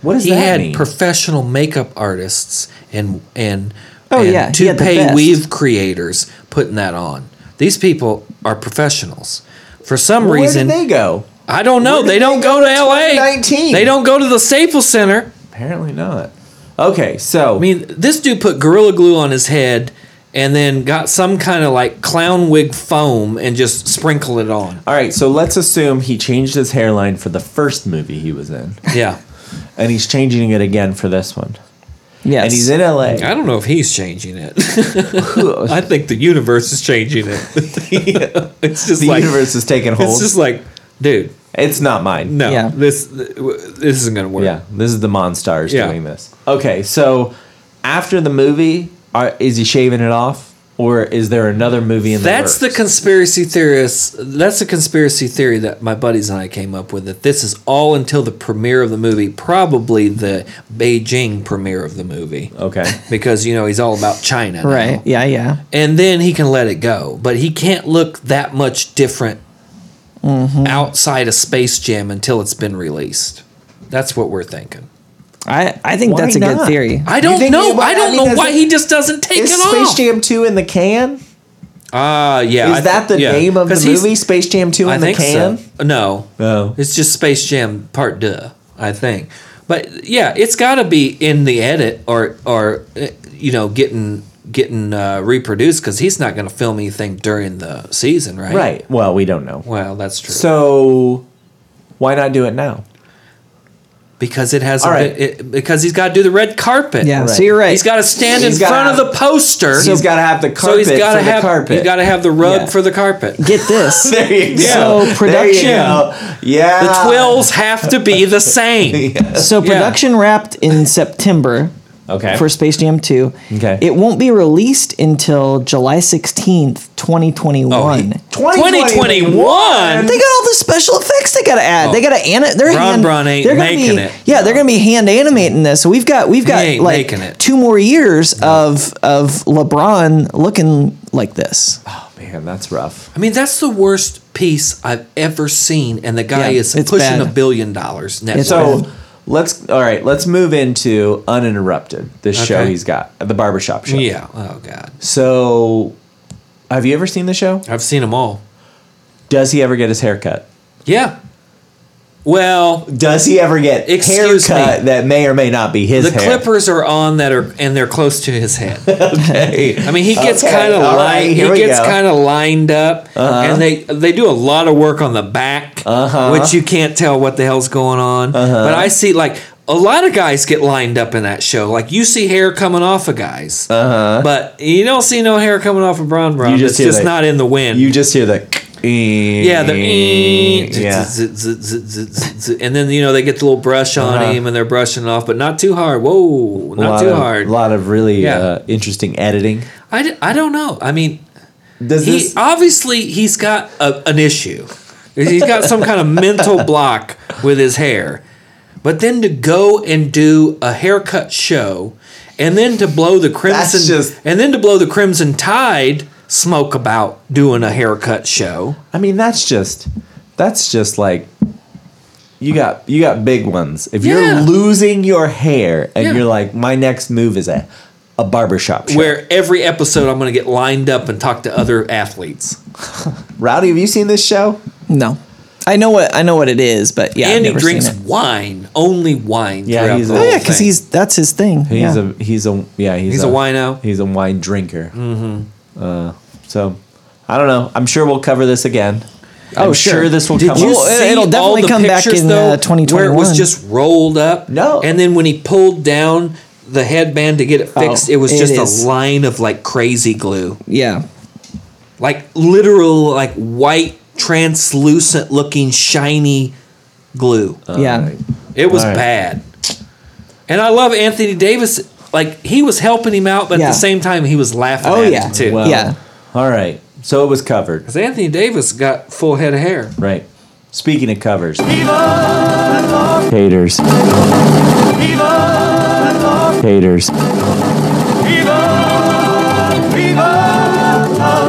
What does he that had mean? professional makeup artists and and, Oh, and yeah, he had the toupee best. weave creators putting that on. These people are professionals. For some Where reason, did they go? I don't know. where did They don't they go go to in L.A. 2019? They don't go to the Staples Center. Apparently not. Okay, so I mean, this dude put gorilla glue on his head and then got some kind of like clown wig foam and just sprinkled it on. all right, so let's assume he changed his hairline for the first movie he was in, Yeah, and he's changing it again for this one. Yes. And he's in LA. I don't know if he's changing it. *laughs* I think the universe is changing *laughs* it. *laughs* it's just the like universe is taking hold. It's It's, just like, dude, not mine. no, Yeah. this this isn't gonna work. Yeah, this is the Monstars Yeah. doing this. Okay, so after the movie, are, is he shaving it off, or is there another movie in That's the the works? conspiracy theorist. That's the conspiracy theory that my buddies and I came up with. That this is all until the premiere of the movie, probably the Beijing premiere of the movie, okay. because you know he's all about China, now. right. Yeah, yeah. And then he can let it go, but he can't look that much different Mm-hmm. outside of Space Jam until it's been released. That's what we're thinking. I, I think Why that's a not? good theory. I You don't think- know. well, I I don't mean, know is why it- he just doesn't take Is it Space off. Jam 2 in the can? Is Ah, yeah. I that thi- the yeah. name of the 'Cause he's- movie? Space Jam 2 in I the think can? so. No, Oh. it's just Space Jam Part Duh, I think. But yeah, it's got to be in the edit or or uh, you know getting getting uh, reproduced because he's not going to film anything during the season, right? Right. Well, we don't know. Well, that's true. So why not do it now? because it has All a right. bit- it, because he's got to do the red carpet. Yeah, Right. so you're right. He's got to stand He's in gotta front of have- the poster. he's got to have the carpet so he's got to for have the carpet. he's got to have the rug Yeah. for the carpet. Get *laughs* this. *laughs* there you go. So There you production- go. Yeah. The twills have to be *laughs* the same. So *laughs* Yeah. production wrapped in September Okay. for Space Jam 2. Okay. It won't be released until July 16th, 2021. Oh, they 2021. got all the special effects they got to add. They got to animate. They're Oh. Ron hand. Braun ain't they're gonna making be, it. Yeah, they're gonna be hand animating this. So we've got we've got ain't like making it. two more years of of LeBron looking like this. Oh, man, that's rough. I mean, that's the worst piece I've ever seen, and the guy Yeah, is it's pushing bad. a billion dollars net. It's worth. So let's, all right, let's move into Uninterrupted, this show Okay. he's got, the barbershop show. yeah. Oh god, So have you ever seen the show? I've seen them all. Does he ever get his hair cut? Yeah. Well, Does he ever get Excuse haircut me. that may or may not be his the hair? clippers are on that are, and they're close to his head. Hey. I mean, he *laughs* gets Okay, kind of all lined. right, he here we gets go. kind of lined up, and they they do a lot of work on the back, Uh-huh. which you can't tell what the hell's going on. But I see like a lot of guys get lined up in that show. Like you see hair coming off of guys, uh-huh. but you don't see no hair coming off of Bron Bron. You just it's hear just that- not in the wind. you just hear the yeah, yeah, *laughs* the eh, yeah. and then you know they get the little brush on Uh-huh. him, and they're brushing it off, but not too hard. Whoa, A not lot too of- hard. A lot of really Yeah. uh, interesting editing. I, d- I don't know. I mean, Does he this? obviously he's got a, an issue He's got some kind of mental block with his hair. But then to go and do a haircut show, and then to blow the crimson, just- and then to blow the crimson tide smoke about doing a haircut show. I mean, that's just that's just like you got you got big ones. If Yeah. you're losing your hair and Yeah. you're like, my next move is a a barbershop show. Where every episode I'm going to get lined up and talk to other athletes. Rowdy, have you seen this show? No, I know what I know what it is, but yeah, I've and he never drinks Seen it. wine, only wine. Yeah, throughout he's the a- Oh whole yeah, because thing. he's that's his thing. He's yeah. a he's a yeah he's, He's a wino. He's a wine drinker. Mm-hmm. Uh, so I don't know. I'm sure we'll cover this again. Oh, I'm sure. this will Did come. you up. it- see it'll all definitely the come back pictures, in, though, uh, 2021. where it was just rolled up? No. And then when he pulled down the headband to get it fixed, Oh, it was it just is. a line of like crazy glue, yeah. like literal like white translucent looking shiny glue. yeah. Alright. It was All right. bad. And I love Anthony Davis. Like he was helping him out, but at Yeah. the same time he was laughing Oh, at yeah. him too. Well, Yeah. All right. So it was covered. Because Anthony Davis got full head of hair. Right. Speaking of covers, haters, haters,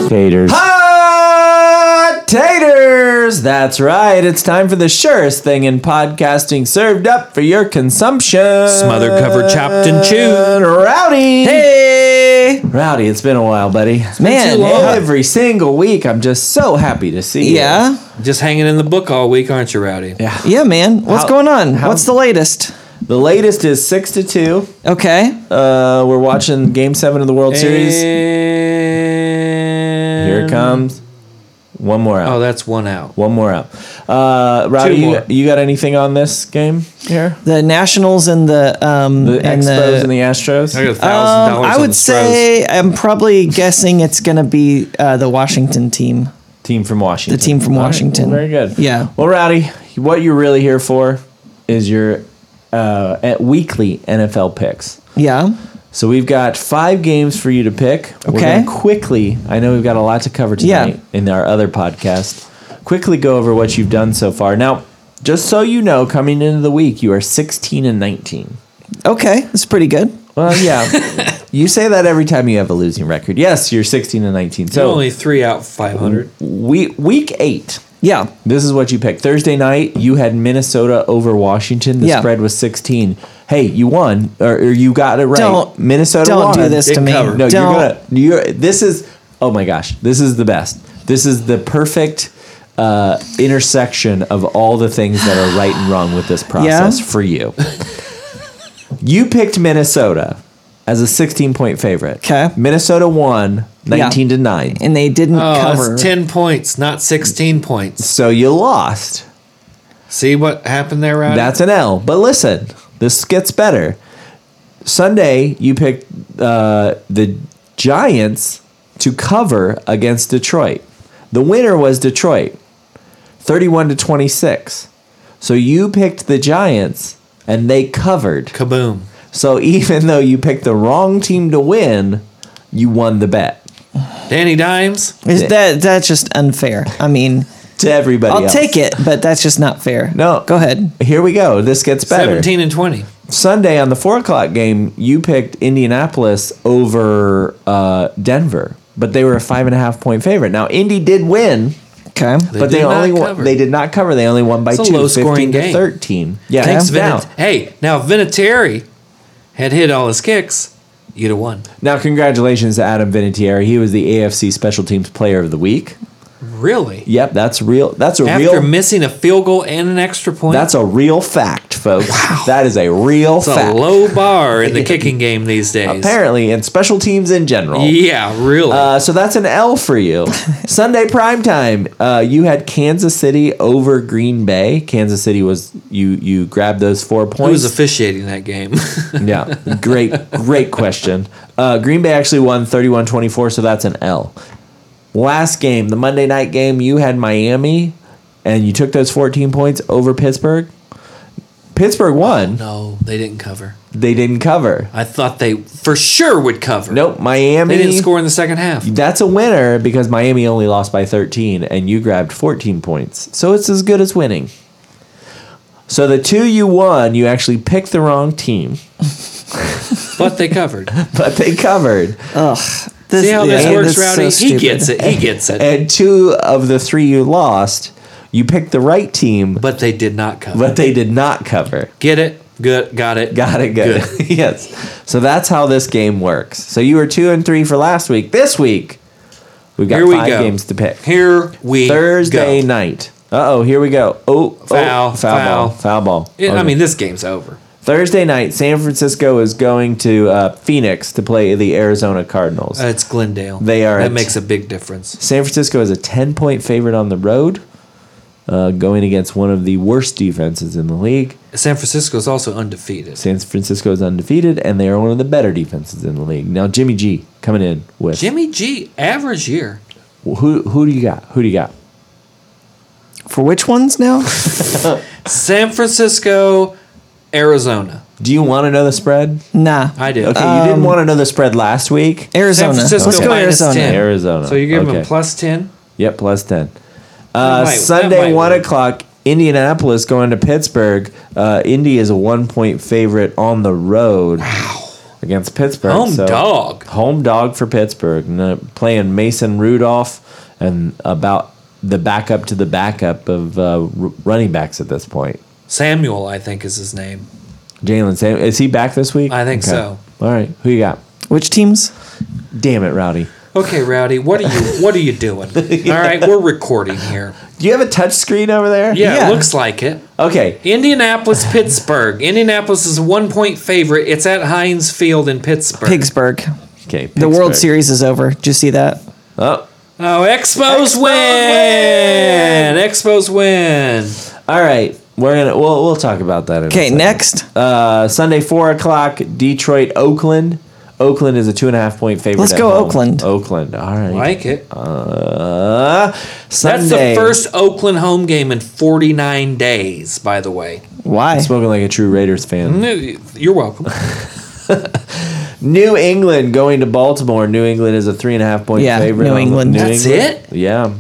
haters, hot taters. That's right. It's time for the surest thing in podcasting, served up for your consumption. Smother, cover, chopped, and chewed. Rowdy, Hey, Rowdy. It's been a while, buddy. man. too long. yeah. Every single week, I'm just so happy to see you. Yeah. Just hanging in the book all week, aren't you, Rowdy? Yeah. Yeah, man. What's How- going on? how- What's the latest? The latest is six to two. Okay. Uh, we're watching Game Seven of the World Series. And... Here it comes. One more Oh, out. that's one out. One more out. Uh, Rowdy, Two you, more. you got anything on this game here? The Nationals and the um The and Expos the, and the Astros. I got a thousand um, dollars. I would say I'm probably guessing it's gonna be uh, the Washington team. team from Washington. The team from All right, Washington. well, very good. Yeah. Well, Rowdy, what you're really here for is your uh, at weekly NFL picks. Yeah. So we've got five games for you to pick. We're Okay. gonna quickly, I know we've got a lot to cover Yeah. tonight in our other podcast. Quickly go over what you've done so far. Now, just so you know, coming into the week, you are 16 and 19. Okay, that's pretty good. Well, *laughs* yeah. you say that every time you have a losing record. Yes, you're 16 and 19. So only three out five hundred. we, week eight, Yeah. this is what you picked. Thursday night, you had Minnesota over Washington. The Yeah. spread was 16. Hey, you won, or, or you got it right. Don't- Minnesota don't do won. this to Didn't me. cover. No, Don't. you're gonna. You're, this is. Oh my gosh, this is the best. This is the perfect uh, intersection of all the things that are right and wrong with this process Yeah? for you. you picked Minnesota as a 16 point favorite. 'Kay. Minnesota won 19 to nine, and they didn't Oh, cover. that's ten points, not sixteen points. so you lost. See what happened there, Rowdy? That's an L. But listen, this gets better. Sunday, you picked uh, the Giants to cover against Detroit. The winner was Detroit, 31 to 26. So you picked the Giants and they covered. kaboom. So *laughs* even though you picked the wrong team to win, you won the bet Danny Dimes. Is that that's just unfair? I mean, to everybody I'll else. take it, but that's just not fair. No. Go ahead. Here we go. This gets better. 17 and 20. Sunday on the four o'clock game, you picked Indianapolis over uh, Denver, but they were a five and a half point favorite. Now Indy did win, Okay. but did they not only won, cover. they did not cover. They only won by It's a two, 15 low-scoring to game. thirteen. Yeah, Thanks, now, Vinatieri. Hey, now if Vinatieri had hit all his kicks, you'd have won. now congratulations to Adam Vinatieri. He was the AFC Special Teams Player of the Week. Really? Yep, that's real. That's a After real. missing a field goal and an extra point, That's a real fact, folks. That is a real it's a fact. low *laughs* bar in the kicking game these days. Apparently, and special teams in general. Yeah, really. Uh, so that's an L for *laughs* you. Sunday primetime, uh, you had Kansas City over Green Bay. Kansas City was you you grabbed those four Who was points. officiating that game? *laughs* yeah, great great question. Uh, Green Bay actually won 31-24, so that's an L. Last game, the Monday night game, you had Miami, and you took those fourteen points over Pittsburgh. Pittsburgh won. No, they didn't cover. They didn't cover. I thought they for sure would cover. Nope, Miami. They didn't score in the second half. That's a winner because Miami only lost by 13 and you grabbed 14 points. So it's as good as winning. So the two you won, you actually picked the wrong team, *laughs* But they covered. but they *laughs* covered. This, See how this yeah, works, is so Rowdy? he stupid. gets it. He *laughs* gets it. And two of the three you lost, you picked the right team, But they did not cover. but they did not cover. Get it? Good. Got it. Got it good. *laughs* yes. So that's how this game works. So you were two and three for last week. This week, we've got Here we five go. games to pick. Here we Thursday go. night. Uh oh, here we go. Oh, oh, Foul, foul, foul. ball, foul ball. It- I Okay. mean, this game's over. Thursday night, San Francisco is going to uh, Phoenix to play the Arizona Cardinals. Uh, it's Glendale. They are a That t- makes a big difference. San Francisco is a ten-point favorite on the road, uh, going against one of the worst defenses in the league. San Francisco is also undefeated. San Francisco is undefeated, and they are one of the better defenses in the league. Now, Jimmy G coming in with Jimmy G, average year. who? Who do you got? Who do you got? For which ones *laughs* now? San Francisco, Arizona. Do you want to know the spread? nah. I do. Um, Okay, you didn't want to know the spread last week. Arizona. Francisco Let's go minus Arizona. 10. Arizona. So you give him Okay. a plus 10. Yep, plus ten. Uh, That might- that Sunday might one work. o'clock. Indianapolis going to Pittsburgh. Uh, Indy is a one point favorite on the road against Pittsburgh. Home dog. Home dog for Pittsburgh. And, uh, playing Mason Rudolph and about the backup to the backup of uh, r- running backs at this point. Samuel, I think, is his name. Jalen Sam, is he back this week? I think so. All right, who you got? Which teams? Damn it, Rowdy. Okay, Rowdy, what are you what are *laughs* you doing? All right, we're recording here. Do you have a touch screen over there? Yeah, Yeah. it looks like it. Okay. Indianapolis, Pittsburgh. Indianapolis is a one point favorite. It's at Heinz Field in Pittsburgh. Pittsburgh. Okay. The World Pittsburgh. Series is over. Did you see that? Oh, Oh, Expos, Expos win! Expos win. All right, we're gonna we'll we'll talk about that. in a Okay, second. next. uh, Sunday four o'clock, Detroit, Oakland. Oakland is a two and a half point favorite. Let's at go home. Oakland. Oakland. All right. Like it. Uh, That's Sunday. the first Oakland home game in 49 days, by the way. Why? Spoken like a true Raiders fan. *laughs* You're welcome. Mm-hmm. New England going to Baltimore. New England is a three and a half point Yeah, favorite. New on England. Hmm. New That's England. Yeah.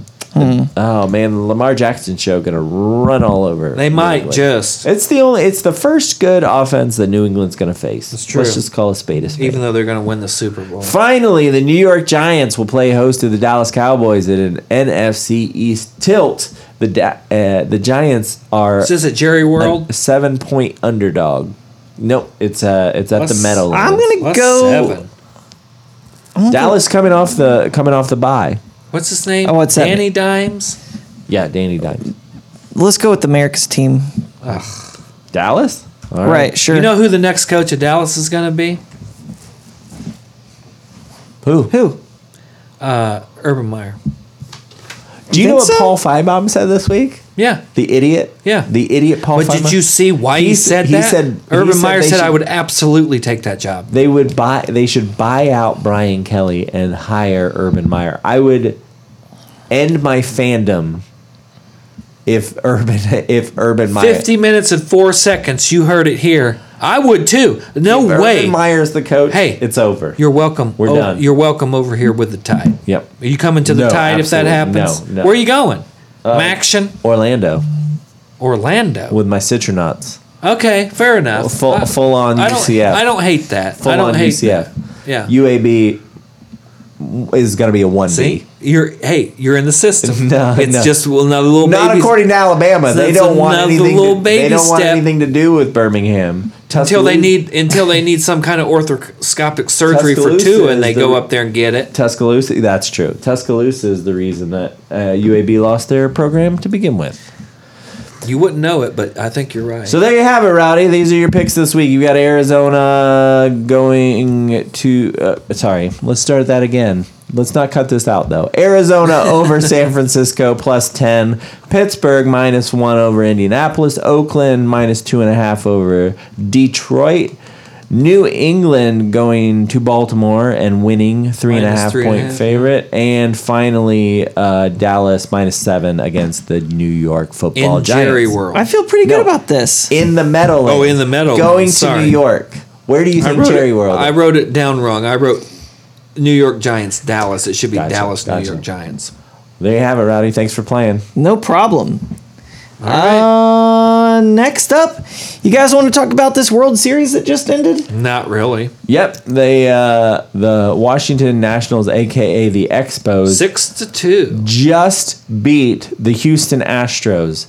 Oh man, the Lamar Jackson show gonna run all over. They New might England. just, It's the only. It's the first good offense that New England's gonna face. That's true. Let's just call a spade a spade. even though they're going to win the Super Bowl. Finally, the New York Giants will play host to the Dallas Cowboys at an NFC East tilt. The da- uh, the Giants are Is this at Jerry World? a seven point underdog. Nope, it's uh, it's at the Plus- Meadowlands. I'm gonna Plus go. seven. Dallas coming off the coming off the bye. What's his name? Oh, what's that? Danny Dimes? Yeah, Danny Dimes. Let's go with America's team. Dallas. All Right. sure. You know who the next coach of Dallas is going to be? Who? who? Uh, Urban Meyer. Do you Think know what so? Paul Feinbaum said this week? Yeah. The idiot. Yeah. The idiot Paul. But did Feinbaum? you see why he, He s- said he that? said- he Urban said Meyer they said, "I should- would absolutely take that job." they would buy they should buy out Brian Kelly and hire Urban Meyer. I would end my fandom if Urban *laughs* if Urban Meyer Fifty minutes and four seconds. You heard it here. I would too. No if way. Urban Meyer's the coach. Hey, it's over. You're welcome. We're Oh, done. You're welcome over here with the tide. Yep. Are you coming to the No, tide if that absolutely. happens? No, no. Where are you going? Maction, Orlando Orlando. with my Citronauts. Okay, fair enough. Full- I- full-on I don't- UCF. I don't hate that. Full I don't on hate UCF. that. Yeah. UAB is going to be a one See, B. you're hey, you're in the system. *laughs* No, it's no. just well, another little Not baby. according to Alabama. They That's don't want another anything. little To, they baby don't want step. anything to do with Birmingham until they Tuscaloosa- need until they need some kind of orthoscopic surgery for Tuscaloosa two, and is they the- go up there and get it. Tuscaloosa. That's true. Tuscaloosa is the reason that uh, UAB lost their program to begin with. You wouldn't know it, but I think you're right. So there you have it, Rowdy. These are your picks this week. You got Arizona going to. Uh, sorry, let's start that again. Let's not cut this out though. *laughs* Arizona over San Francisco plus ten. Pittsburgh minus one over Indianapolis. Oakland minus two and a half over Detroit. New England going to Baltimore and winning three and a Minus half three and a point half, yeah. favorite, and finally uh, Dallas minus seven against the New York Football in Giants. Jerry World. I feel pretty good No. about this. in the Meadowlands. Oh, in the Meadowlands, Going sorry. to New York. Where do you I think wrote Jerry it, World? I is? wrote it down wrong. I wrote New York Giants, Dallas. It should be Gotcha, Dallas, New gotcha. York Giants. There you have it, Rowdy. Thanks for playing. No problem. All right. Uh, next up, you guys want to talk about this World Series that just ended? Not really. Yep, they uh, the Washington Nationals, aka the Expos, Six to two. just beat the Houston Astros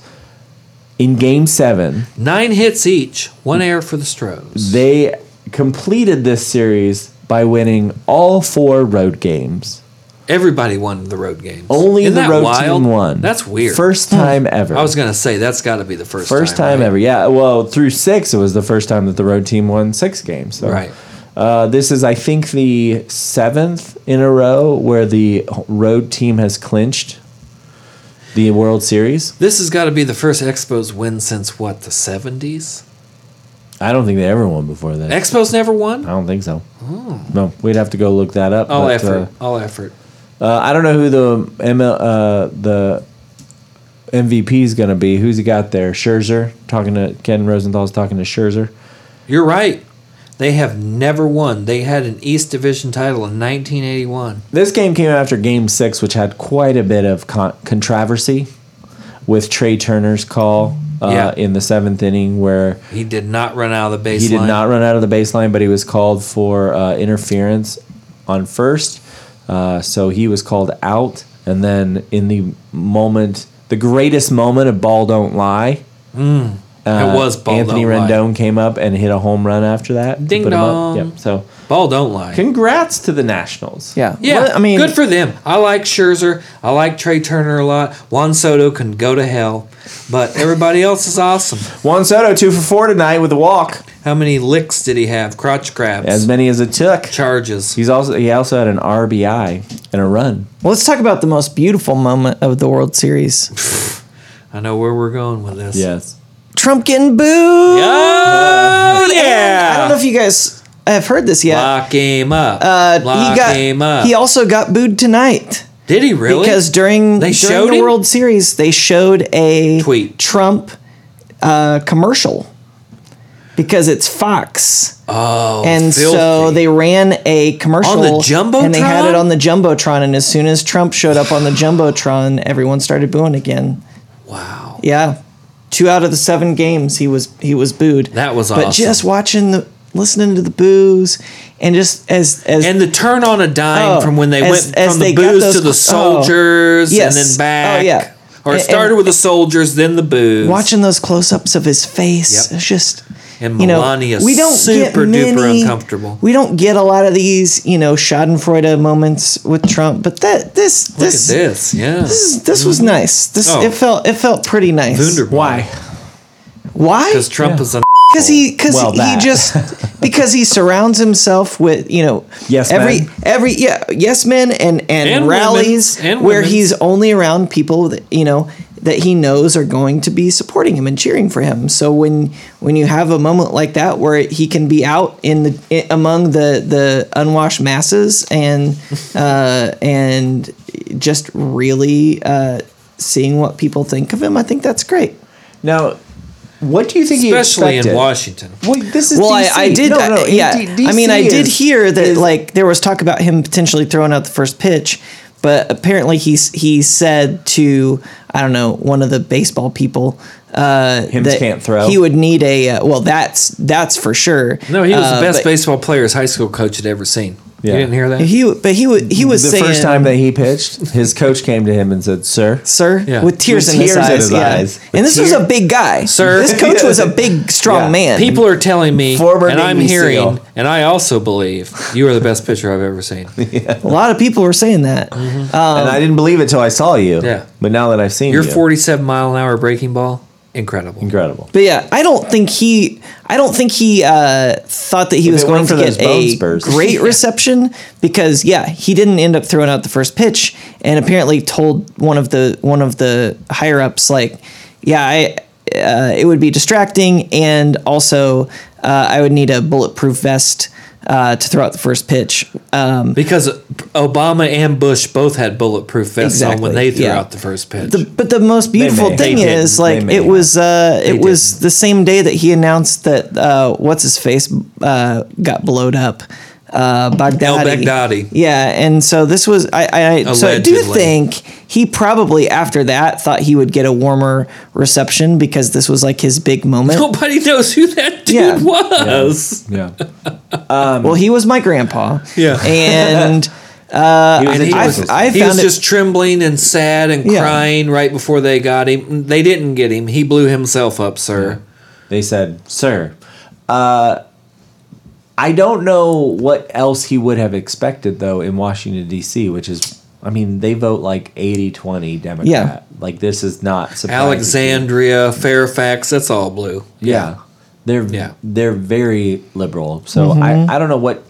in Game Seven. Nine hits each. One error for the Stros. They completed this series by winning all four road games. Everybody won the road games. Only Isn't the that road wild? team won. That's weird. First time ever. I was gonna say that's got to be the first First time, time, right? ever, yeah. Well, through six, it was the first time that the road team won six games. So. Right. Uh, this is, I think, the seventh in a row where the road team has clinched the World Series. This has got to be the first Expos win since what the seventies. I don't think they ever won before that. Expos never I won. don't think so. Oh. No, we'd have to go look that up. All but, effort. All effort. Uh, uh, I don't know who the ML, uh, the MVP is going to be. Who's he got there? Scherzer talking to Ken Rosenthal's talking to Scherzer. You're right. They have never won. They had an East Division title in 1981. This game came after Game Six, which had quite a bit of con- controversy with Trey Turner's call uh, Yeah. in the seventh inning, where He did not run out of the baseline. he did not run out of the baseline, but he was called for uh, interference on first. Uh, so he was called out, and then in the moment, the greatest moment of ball don't lie. uh, it was ball. Anthony don't lie. Rendon came up and hit a home run after that. to Ding put him up. dong. Yep. So Ball don't lie. congrats to the Nationals. Yeah. yeah, Well, I mean, good for them. I like Scherzer. I like Trey Turner a lot. Juan Soto can go to hell, but everybody else is awesome. Juan Soto two for four tonight with a walk. How many licks did he have? Crotch grabs, As many as it took. charges. He's also he also had an RBI and a run. well, let's talk about the most beautiful moment of the World Series. I know where we're going with this. Yes. Trump getting booed. *laughs* Oh, I don't know yeah. if you guys have heard this yet. Lock him up. Uh, Lock he got. him up. He also got booed tonight did he really? because during, They during showed the him? World Series they showed a Tweet. Trump uh, commercial because it's Fox. oh, and so filthy. they ran a commercial On the and they had Jumbotron? it on the jumbotron. And as soon as Trump showed up on the jumbotron, everyone started booing again. Wow. Yeah, two out of the seven games he was he was booed. That was but awesome. just watching the listening to the boos and just as as And the turn on a dime Oh, from when they as- went as from they the got booze those- to oh, the soldiers yes. and then back. Oh, yeah. Or it And- started and- with the soldiers, then the booze. watching those close ups of his face, Yep. it's just And you know, Melania we don't get super duper many- uncomfortable. We don't get a lot of these, you know, Schadenfreude moments with Trump, but that this Look this at this. Yeah. This, is, this was nice. This Oh. it felt it felt pretty nice. Wunderbar. Why? Because Trump is an Because he because Well, he that. *laughs* just because he surrounds himself with you know Yes every men. every yeah yes men and and, And rallies women. And where women. he's only around people that you know that he knows are going to be supporting him and cheering for him. So when when you have a moment like that where he can be out in the i among the the unwashed masses *laughs* and uh, and just really uh, seeing what people think of him, I think that's great. Now, what do you think *laughs* especially he in expected? Washington. Well, this is well, I, DC. I did. No, no, I- yeah, D- DC I mean, I did is- hear that is- like there was talk about him potentially throwing out the first pitch, but apparently he s- he said to I don't know one of the baseball people. Uh, Hims that can't throw. He would need a uh, well. That's that's for sure. No, he was Uh, the best but baseball player his high school coach had ever seen. Yeah. You didn't hear that? He but he would he the was saying, first time that he pitched, his coach came to him and said, "Sir, sir Yeah. with tears, With in, his tears in eyes, his yeah. eyes. And this was Tear- a big guy, Sir. This coach *laughs* was a big, strong Yeah. man. People are telling me, Former and I'm Navy hearing, SEAL. and I also believe you are the best pitcher I've ever seen. a lot of people were saying that. Mm. and I didn't believe it till I saw you. Yeah. but now that I've seen Your you, 47 mile an hour breaking ball, incredible. incredible. But yeah, I don't think he. I don't think he uh, thought that he was it going weren't to for those get bone a spurs. *laughs* great reception because yeah, he didn't end up throwing out the first pitch, and apparently told one of the one of the higher ups like, yeah, I uh, it would be distracting, and also uh, I would need a bulletproof vest uh, to throw out the first pitch. Um, Because Obama and Bush both had bulletproof vests on when Exactly, they threw yeah. out the first pitch. the, but the most beautiful may. thing They didn't. is, They like, may it was uh, it was didn't. the same day that he announced that uh, what's his face uh, got blowed up. Uh, Baghdadi. Baghdadi. Yeah, and so this was I. I I- so I do Allegedly. think he probably after that thought he would get a warmer reception because this was like his big moment. *laughs* Nobody knows who that dude Yeah. was. Yeah. Well, he was my grandpa. Yeah. and Uh, He was And a he, I- Jesus. was, I he found was it- just trembling and sad and Yeah. crying right before they got him. They didn't get him. He blew himself up, sir. they said, "Sir, uh, I don't know what else he would have expected though in Washington D.C., which is." I mean, they vote like 80-20 Democrat. Yeah. Like this is not surprising. Alexandria, Fairfax, that's all blue. Yeah. They're Yeah. they're very liberal. So I, I don't know what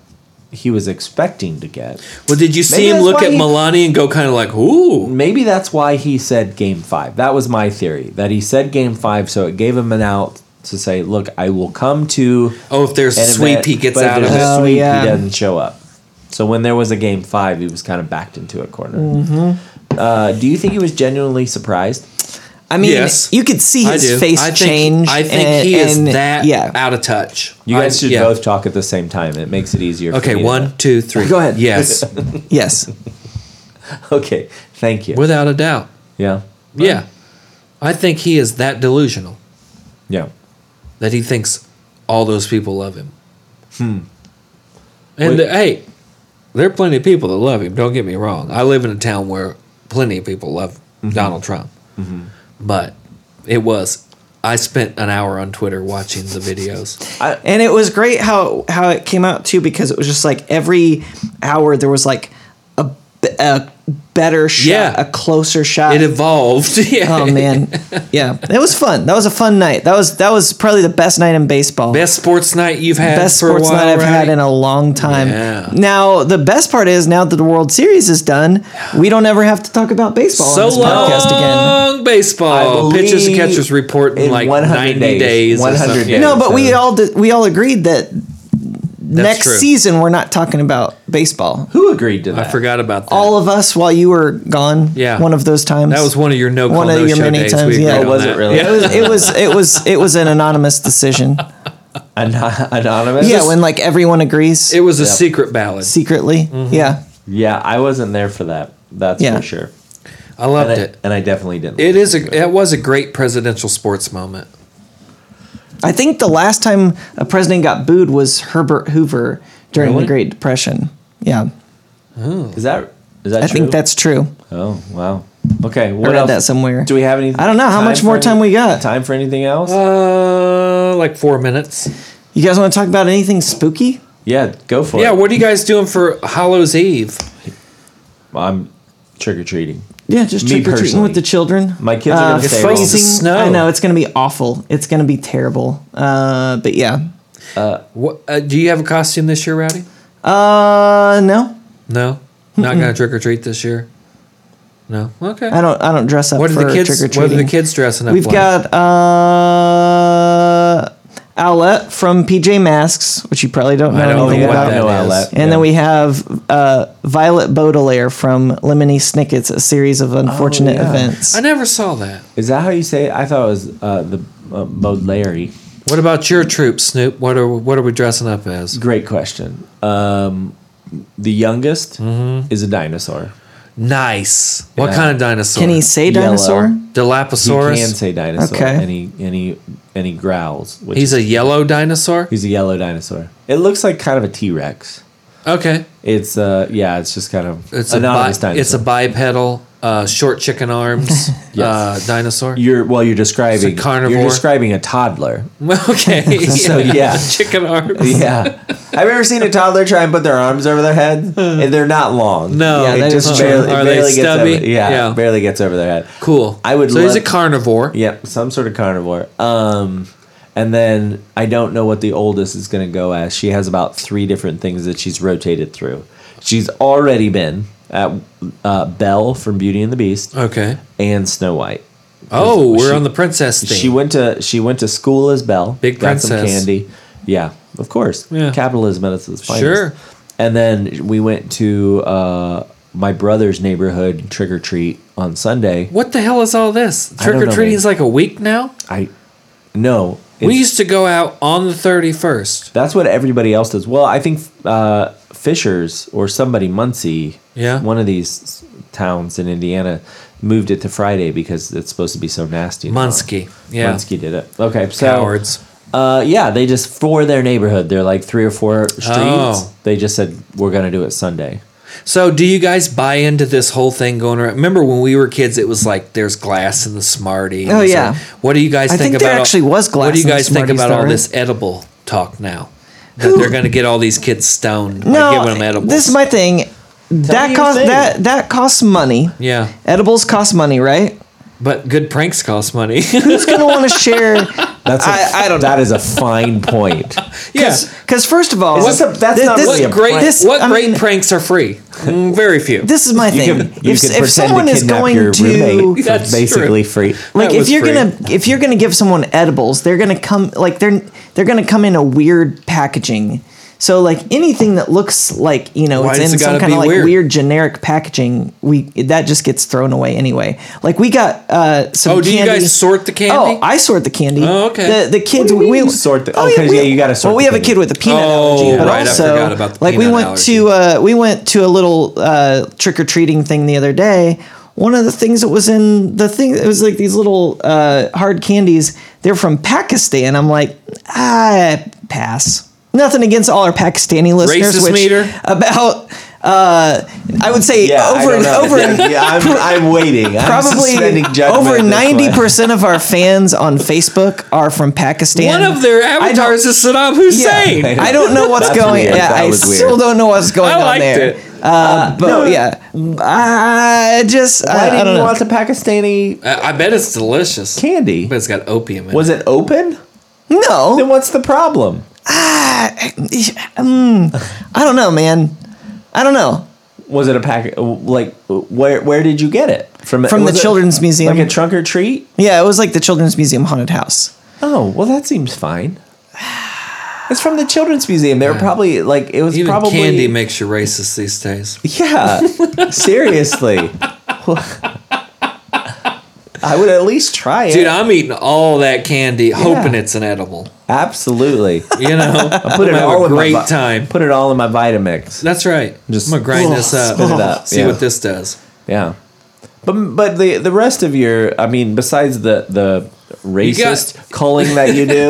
he was expecting to get. Well, did you see Maybe him that's look why at he- Melania and go kind of like, ooh? Maybe that's why he said game five. That was my theory. That he said game five, so it gave him an out to say, look, I will come to Oh, if there's a an sweep, event, he gets but if out of there's it. a Oh, sweep, yeah. he doesn't show up. So when there was a game five, he was kind of backed into a corner. Mm-hmm. Uh, do you think he was genuinely surprised? I mean, *laughs* Yes. you could see I his do. face I think, change. I think and- he is and- that Yeah, out of touch. You guys I- should yeah. both talk at the same time. It makes it easier. for Okay, me to- one, two, three. Go ahead. *laughs* Yes, yes. *laughs* Okay, thank you. without a doubt. yeah, Yeah, I think he is that delusional yeah. that he thinks all those people love him. Hmm. And Wait. hey, there are plenty of people that love him. Don't get me wrong. I live in a town where plenty of people love Mm-hmm. Donald Trump, but it was. I spent an hour on Twitter watching the videos. I, And it was great how how it came out too because it was just like every hour there was like a, b- a better shot, Yeah. a closer shot. It evolved. *laughs* yeah. oh man, yeah, it was fun. That was a fun night. That was that was probably the best night in baseball. Best sports night you've had. Best for sports a while, night I've right? had in a long time. Yeah. Now the best part is now that the World Series is done, we don't ever have to talk about baseball so on this long podcast again. baseball. I Pitchers and believe catchers report in, in like 100 ninety days, days. or 100 something. days. No, but we so- all did, we all agreed that next true. season we're not talking about baseball. who agreed to that? I forgot about that. all of us while you were gone. Yeah. one of those times. that was one of your no call one of no your show many days. times, we yeah. Oh, agreed on was it that. really? It Yeah. was it was it was it was an anonymous *laughs* decision. Ano- anonymous. yeah, when like everyone agrees It Mm-hmm. was a secret ballad. secretly. Yeah, Yeah, I wasn't there for that. That's Yeah. for sure. I loved And I, it. and I definitely didn't. It is a it was a great presidential sports moment. I think the last time a president got booed was Herbert Hoover during Really? the Great Depression. Yeah, Is that is that? true? I think that's true. Oh wow. Okay. What read else? that somewhere. Do we have any? I don't know. How much for more time we got? Time for anything else? Uh, like four minutes. You guys want to talk about anything spooky? yeah, go for Yeah, it. what are you guys doing for Hallows Eve? I'm trick or treating. Yeah, just Me trick or treating personally. with the children. My kids are gonna it's stay. frozen. home. Uh, freezing. snow. I know it's gonna be awful. It's gonna be terrible. Uh, but yeah. What uh, do you have a costume this year, Rowdy? Uh, no, No, not gonna trick or treat this year. No, okay. I don't. I don't dress up What are for the trick or kids? What are treating. the kids dressing up? We've like? got uh, Owlette from PJ Masks, which you probably don't know Oh, I don't anything know what about. that No is. outlet. And then we have uh, Violet Baudelaire from Lemony Snicket's A Series of Unfortunate Oh, yeah. Events. I never saw that. Is that how you say it? I thought it was uh, the uh, Baudelaire. What about your troop, Snoop? What are what are we dressing up as? Great question. Um, the youngest Mm-hmm. is a dinosaur. Nice. What Yeah. kind of dinosaur? Can he say Yellow. dinosaur? He Dilophosaurus. can say dinosaur, Okay. and he and he and he growls. Which He's a yellow dinosaur. He's a yellow dinosaur. It looks like kind of a T Rex. Okay. It's uh yeah, it's just kind of It's it's a bi- anonymous dinosaur. it's a bipedal, uh, short chicken *laughs* arms uh, dinosaur. you're well, you're describing It's a carnivore. You're describing a toddler. *laughs* okay. *laughs* *laughs* So, yeah. chicken *laughs* arms. *laughs* Yeah, I've ever seen a toddler try and put their arms over their head, and they're not long. No. Yeah, it that just is true. barely, Are they barely gets stubby? Over, yeah, Yeah. barely gets over their head. Cool. I would So he's a love- carnivore. Yep, some sort of carnivore. Um, and then I don't know what the oldest is going to go as. She has about three different things that she's rotated through. She's Oh. already been at uh, Belle from Beauty and the Beast Okay. and Snow White. Oh, we're she- on the princess theme. She went to she went to school as Belle. Big got some princess. candy. Yeah, of course. Yeah. Capitalism at its finest. Sure. And then we went to uh, my brother's neighborhood trick or treat on Sunday. what the hell is all this? I don't Trick know, or treating is man. like a week now. I no. We it's- used to go out on the thirty first. That's what everybody else does. Well, I think uh, Fishers or somebody Muncie, Yeah. one of these towns in Indiana, moved it to Friday because it's supposed to be so nasty. tomorrow. Munsky, yeah, Munsky did it. Okay, so cowards. Uh, yeah, they just for their neighborhood. They're like three or four streets. Oh. They just said we're gonna do it Sunday. So, do you guys buy into this whole thing going around? Remember when we were kids, it was like there's glass in the Smarties. Oh, yeah. and What do you guys I think think about? there actually was glass What do you in the guys think Smarties about though, all right? this edible talk now? That they're going to get all these kids stoned by No, giving them edibles. this is my thing. me that your cost thing. that that costs money. yeah, Edibles cost money, right? but good pranks cost money. Who's gonna want to share? That's a, I- I don't That is a fine *laughs* point. *laughs* yeah. Because first of all, What's up? That's thi- not this- really a What great, prank. This- what I great mean- pranks are free? Mm, very few. this is my You thing. can, you if can if pretend someone to is kidnap going your *laughs* to roommate for That's basically true. free. like That if was you're free. gonna if you're gonna give someone edibles they're gonna come like they're they're gonna come in a weird packaging so like anything that looks like you know Why it's does in it gotta some kind be of like weird? weird? generic packaging we that just gets thrown away anyway like we got uh some Oh, do you candy- guys sort the candy? oh i sort the candy Oh, okay. the, the kids What do you we mean you sort the- oh, 'cause, yeah, you gotta sort well we the have a candy. kid with a peanut Oh, allergy but right, I also forgot about the like we peanut went allergy. to uh, we went to a little uh, trick or treating thing the other day. One of the things that was in the thing, it was like these little uh, hard candies. They're from Pakistan. I'm like, ah, pass. Nothing against all our Pakistani listeners. Racist which meter? About, uh, I would say Yeah, I over don't and know. over and yeah, *laughs* I'm, I'm waiting. I'm probably suspending judgment over at this ninety point. percent of our fans on Facebook are from Pakistan. One of their I don't- avatars is Saddam Hussein. I don't know what's That's going. weird. Yeah, That I was weird. still don't know what's going I on liked there. it. Uh, but yeah, I just Why I, I didn't don't you know. want the Pakistani I, I bet it's delicious. candy? But it's got opium in Was it. it open? Then no, what's the problem? mm, I don't know, man. I don't know. Was it a packet? Like where? Where did you get it from? From the was it children's museum. Like a trunk or treat? Yeah, it was like the Children's Museum haunted house. Oh well, that seems fine. *sighs* It's from the children's museum. They were probably like it was Even probably candy makes you racist these days. *laughs* Yeah, seriously. *laughs* I would at least try it. Dude, I'm eating all that candy, hoping Yeah. it's an edible. Absolutely. You know, *laughs* I put it all a in my great vi- time. Put it all in my Vitamix. That's right. Just- I'm gonna grind Ugh, *laughs* this up. spit *laughs* it up, See yeah. what this does. Yeah. But but the the rest of your I mean besides the the racist got- culling that you do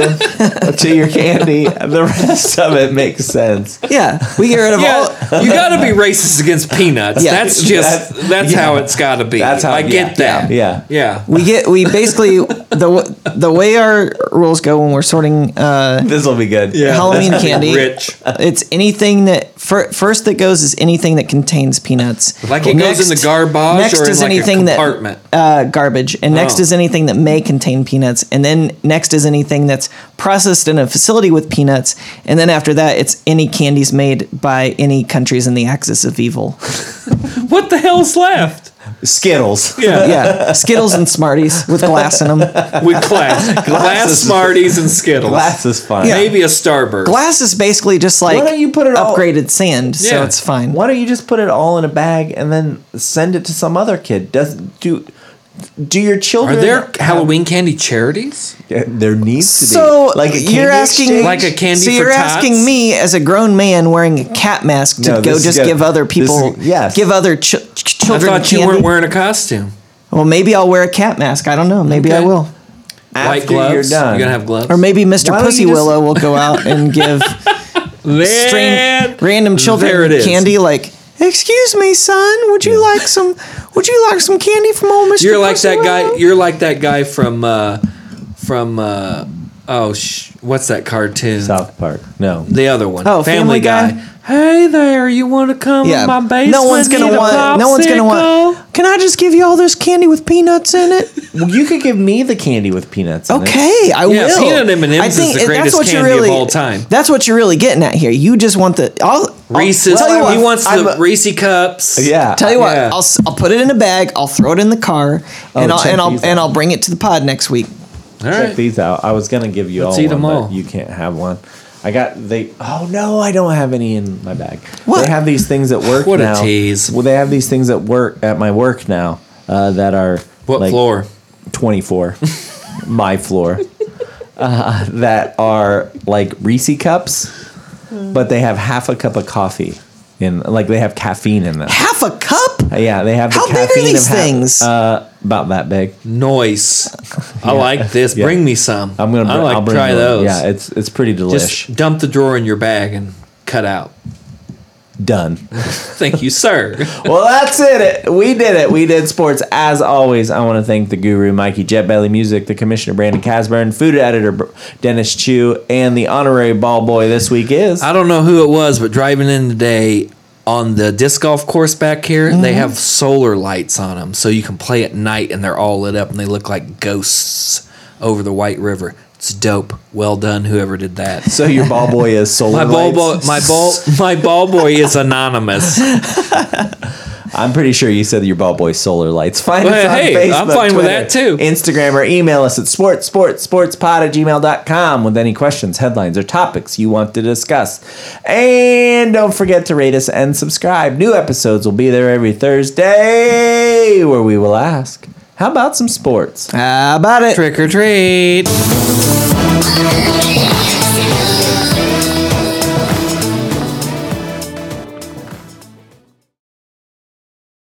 to your candy, the rest of it makes sense. Yeah, we get *laughs* rid of Yeah, you got to be racist against peanuts. Yeah, that's just that's- that's, how it's got to be. That's how- I get yeah, that. yeah, yeah. all. We get we basically the w- the way our rules go when we're sorting uh, This will be good. Halloween candy. Rich. Uh, It's anything that fir- first that goes is anything that contains peanuts. Like it goes in the garbage Next or in is like anything a that compartment. uh, garbage, and next Oh. is anything that may contain peanuts, and then next is anything that's processed in a facility with peanuts, and then after that, it's any candies made by any countries in the axis of *laughs* evil. what the hell's *laughs* left? Skittles. Yeah, Yeah, Skittles and Smarties with glass in them. with *laughs* glass, glass is- Smarties and Skittles. Glass is fine. Maybe a Starburst. Glass is basically just like Why don't you put it all- upgraded sand, so Yeah. it's fine. Why don't you just put it all in a bag and then send it to some other kid? Does do do your Are children there Halloween candy charities? Yeah, There needs to So be like a you're candy asking exchange? Like a candy So for you're tots? asking me as a grown man wearing a cat mask to No, go this is just good. give other This people is- yes. give other ch- ch- I children thought you candy? weren't wearing a costume. well, maybe I'll wear a cat mask. I don't know. Maybe I Okay. will. White After gloves. you're done. gonna have gloves. Or maybe Mr. Why don't Pussy you just- Willow will go *laughs* out and give Man, strange, random children There it is. candy like, "Excuse me, son, would you like some would you like some candy from old Mr. You're like Pussy that guy. Willow?" You're like that guy from uh, from uh, Oh, sh- what's that cartoon? South Park. No. The other one. Oh, Family Guy? Hey there, you want to come Yeah. in my basement? no one's eat gonna a want. No one's gonna popsicle? want. Can I just give you all this candy with peanuts in it? Well, you could give me the candy with peanuts. in it. Okay, I Yeah, will. peanut M&Ms I is the it- greatest candy of all time. That's what you're really getting at here. You just want the I'll, I'll Reese's. Oh, Tell you what, he wants I'm the a- Reese cups. Yeah. Tell you what, Yeah. I'll, s- I'll put it in a bag. I'll throw it in the car, and Oh, I'll check and I'll these and out. I'll bring it to the pod next week. All Check right. these out. I was gonna give you Let's all eat one, them all. but you can't have one. I got they. Oh no, I don't have any in my bag. What? They have these things at work. What a now. tease. Well, they have these things at work at my work now uh, that are What like, floor? *laughs* 24 my floor uh, that are like reese cups Hmm. but they have half a cup of coffee in like they have caffeine in them Half a cup. yeah they have the How big are caffeine these of half- things? uh, about that big *laughs* Noise. I like this. Yeah. Bring me some. i'm gonna I bring- like I'll bring try you one. those. yeah it's it's pretty delish Just dump the drawer in your bag and cut out. done Thank *laughs* you, sir. well, that's it. We did it. We did sports. As always, I want to thank the guru, Mikey Jetbelly Music, the commissioner, Brandon Casburn, food editor, Br- Dennis Chu, and the honorary ball boy this week is. I don't know who it was, but driving in today on the disc golf course back here, Mm-hmm. they have solar lights on them, so you can play at night, and they're all lit up, and they look like ghosts over the White River. It's dope. Well done, whoever did that. So your ball boy is solar *laughs* My ball, boy, lights? my ball, my ball boy *laughs* is anonymous. I'm pretty sure you said your ball boy is solar lights. Find Well, us on hey, Facebook, I'm fine with that Twitter, too. Instagram or email us at sports sports sportspod at gmail.com with any questions, headlines, or topics you want to discuss. And don't forget to rate us and subscribe. New episodes will be there every Thursday where we will ask, how about some sports? How about it? Trick or treat. Thank you.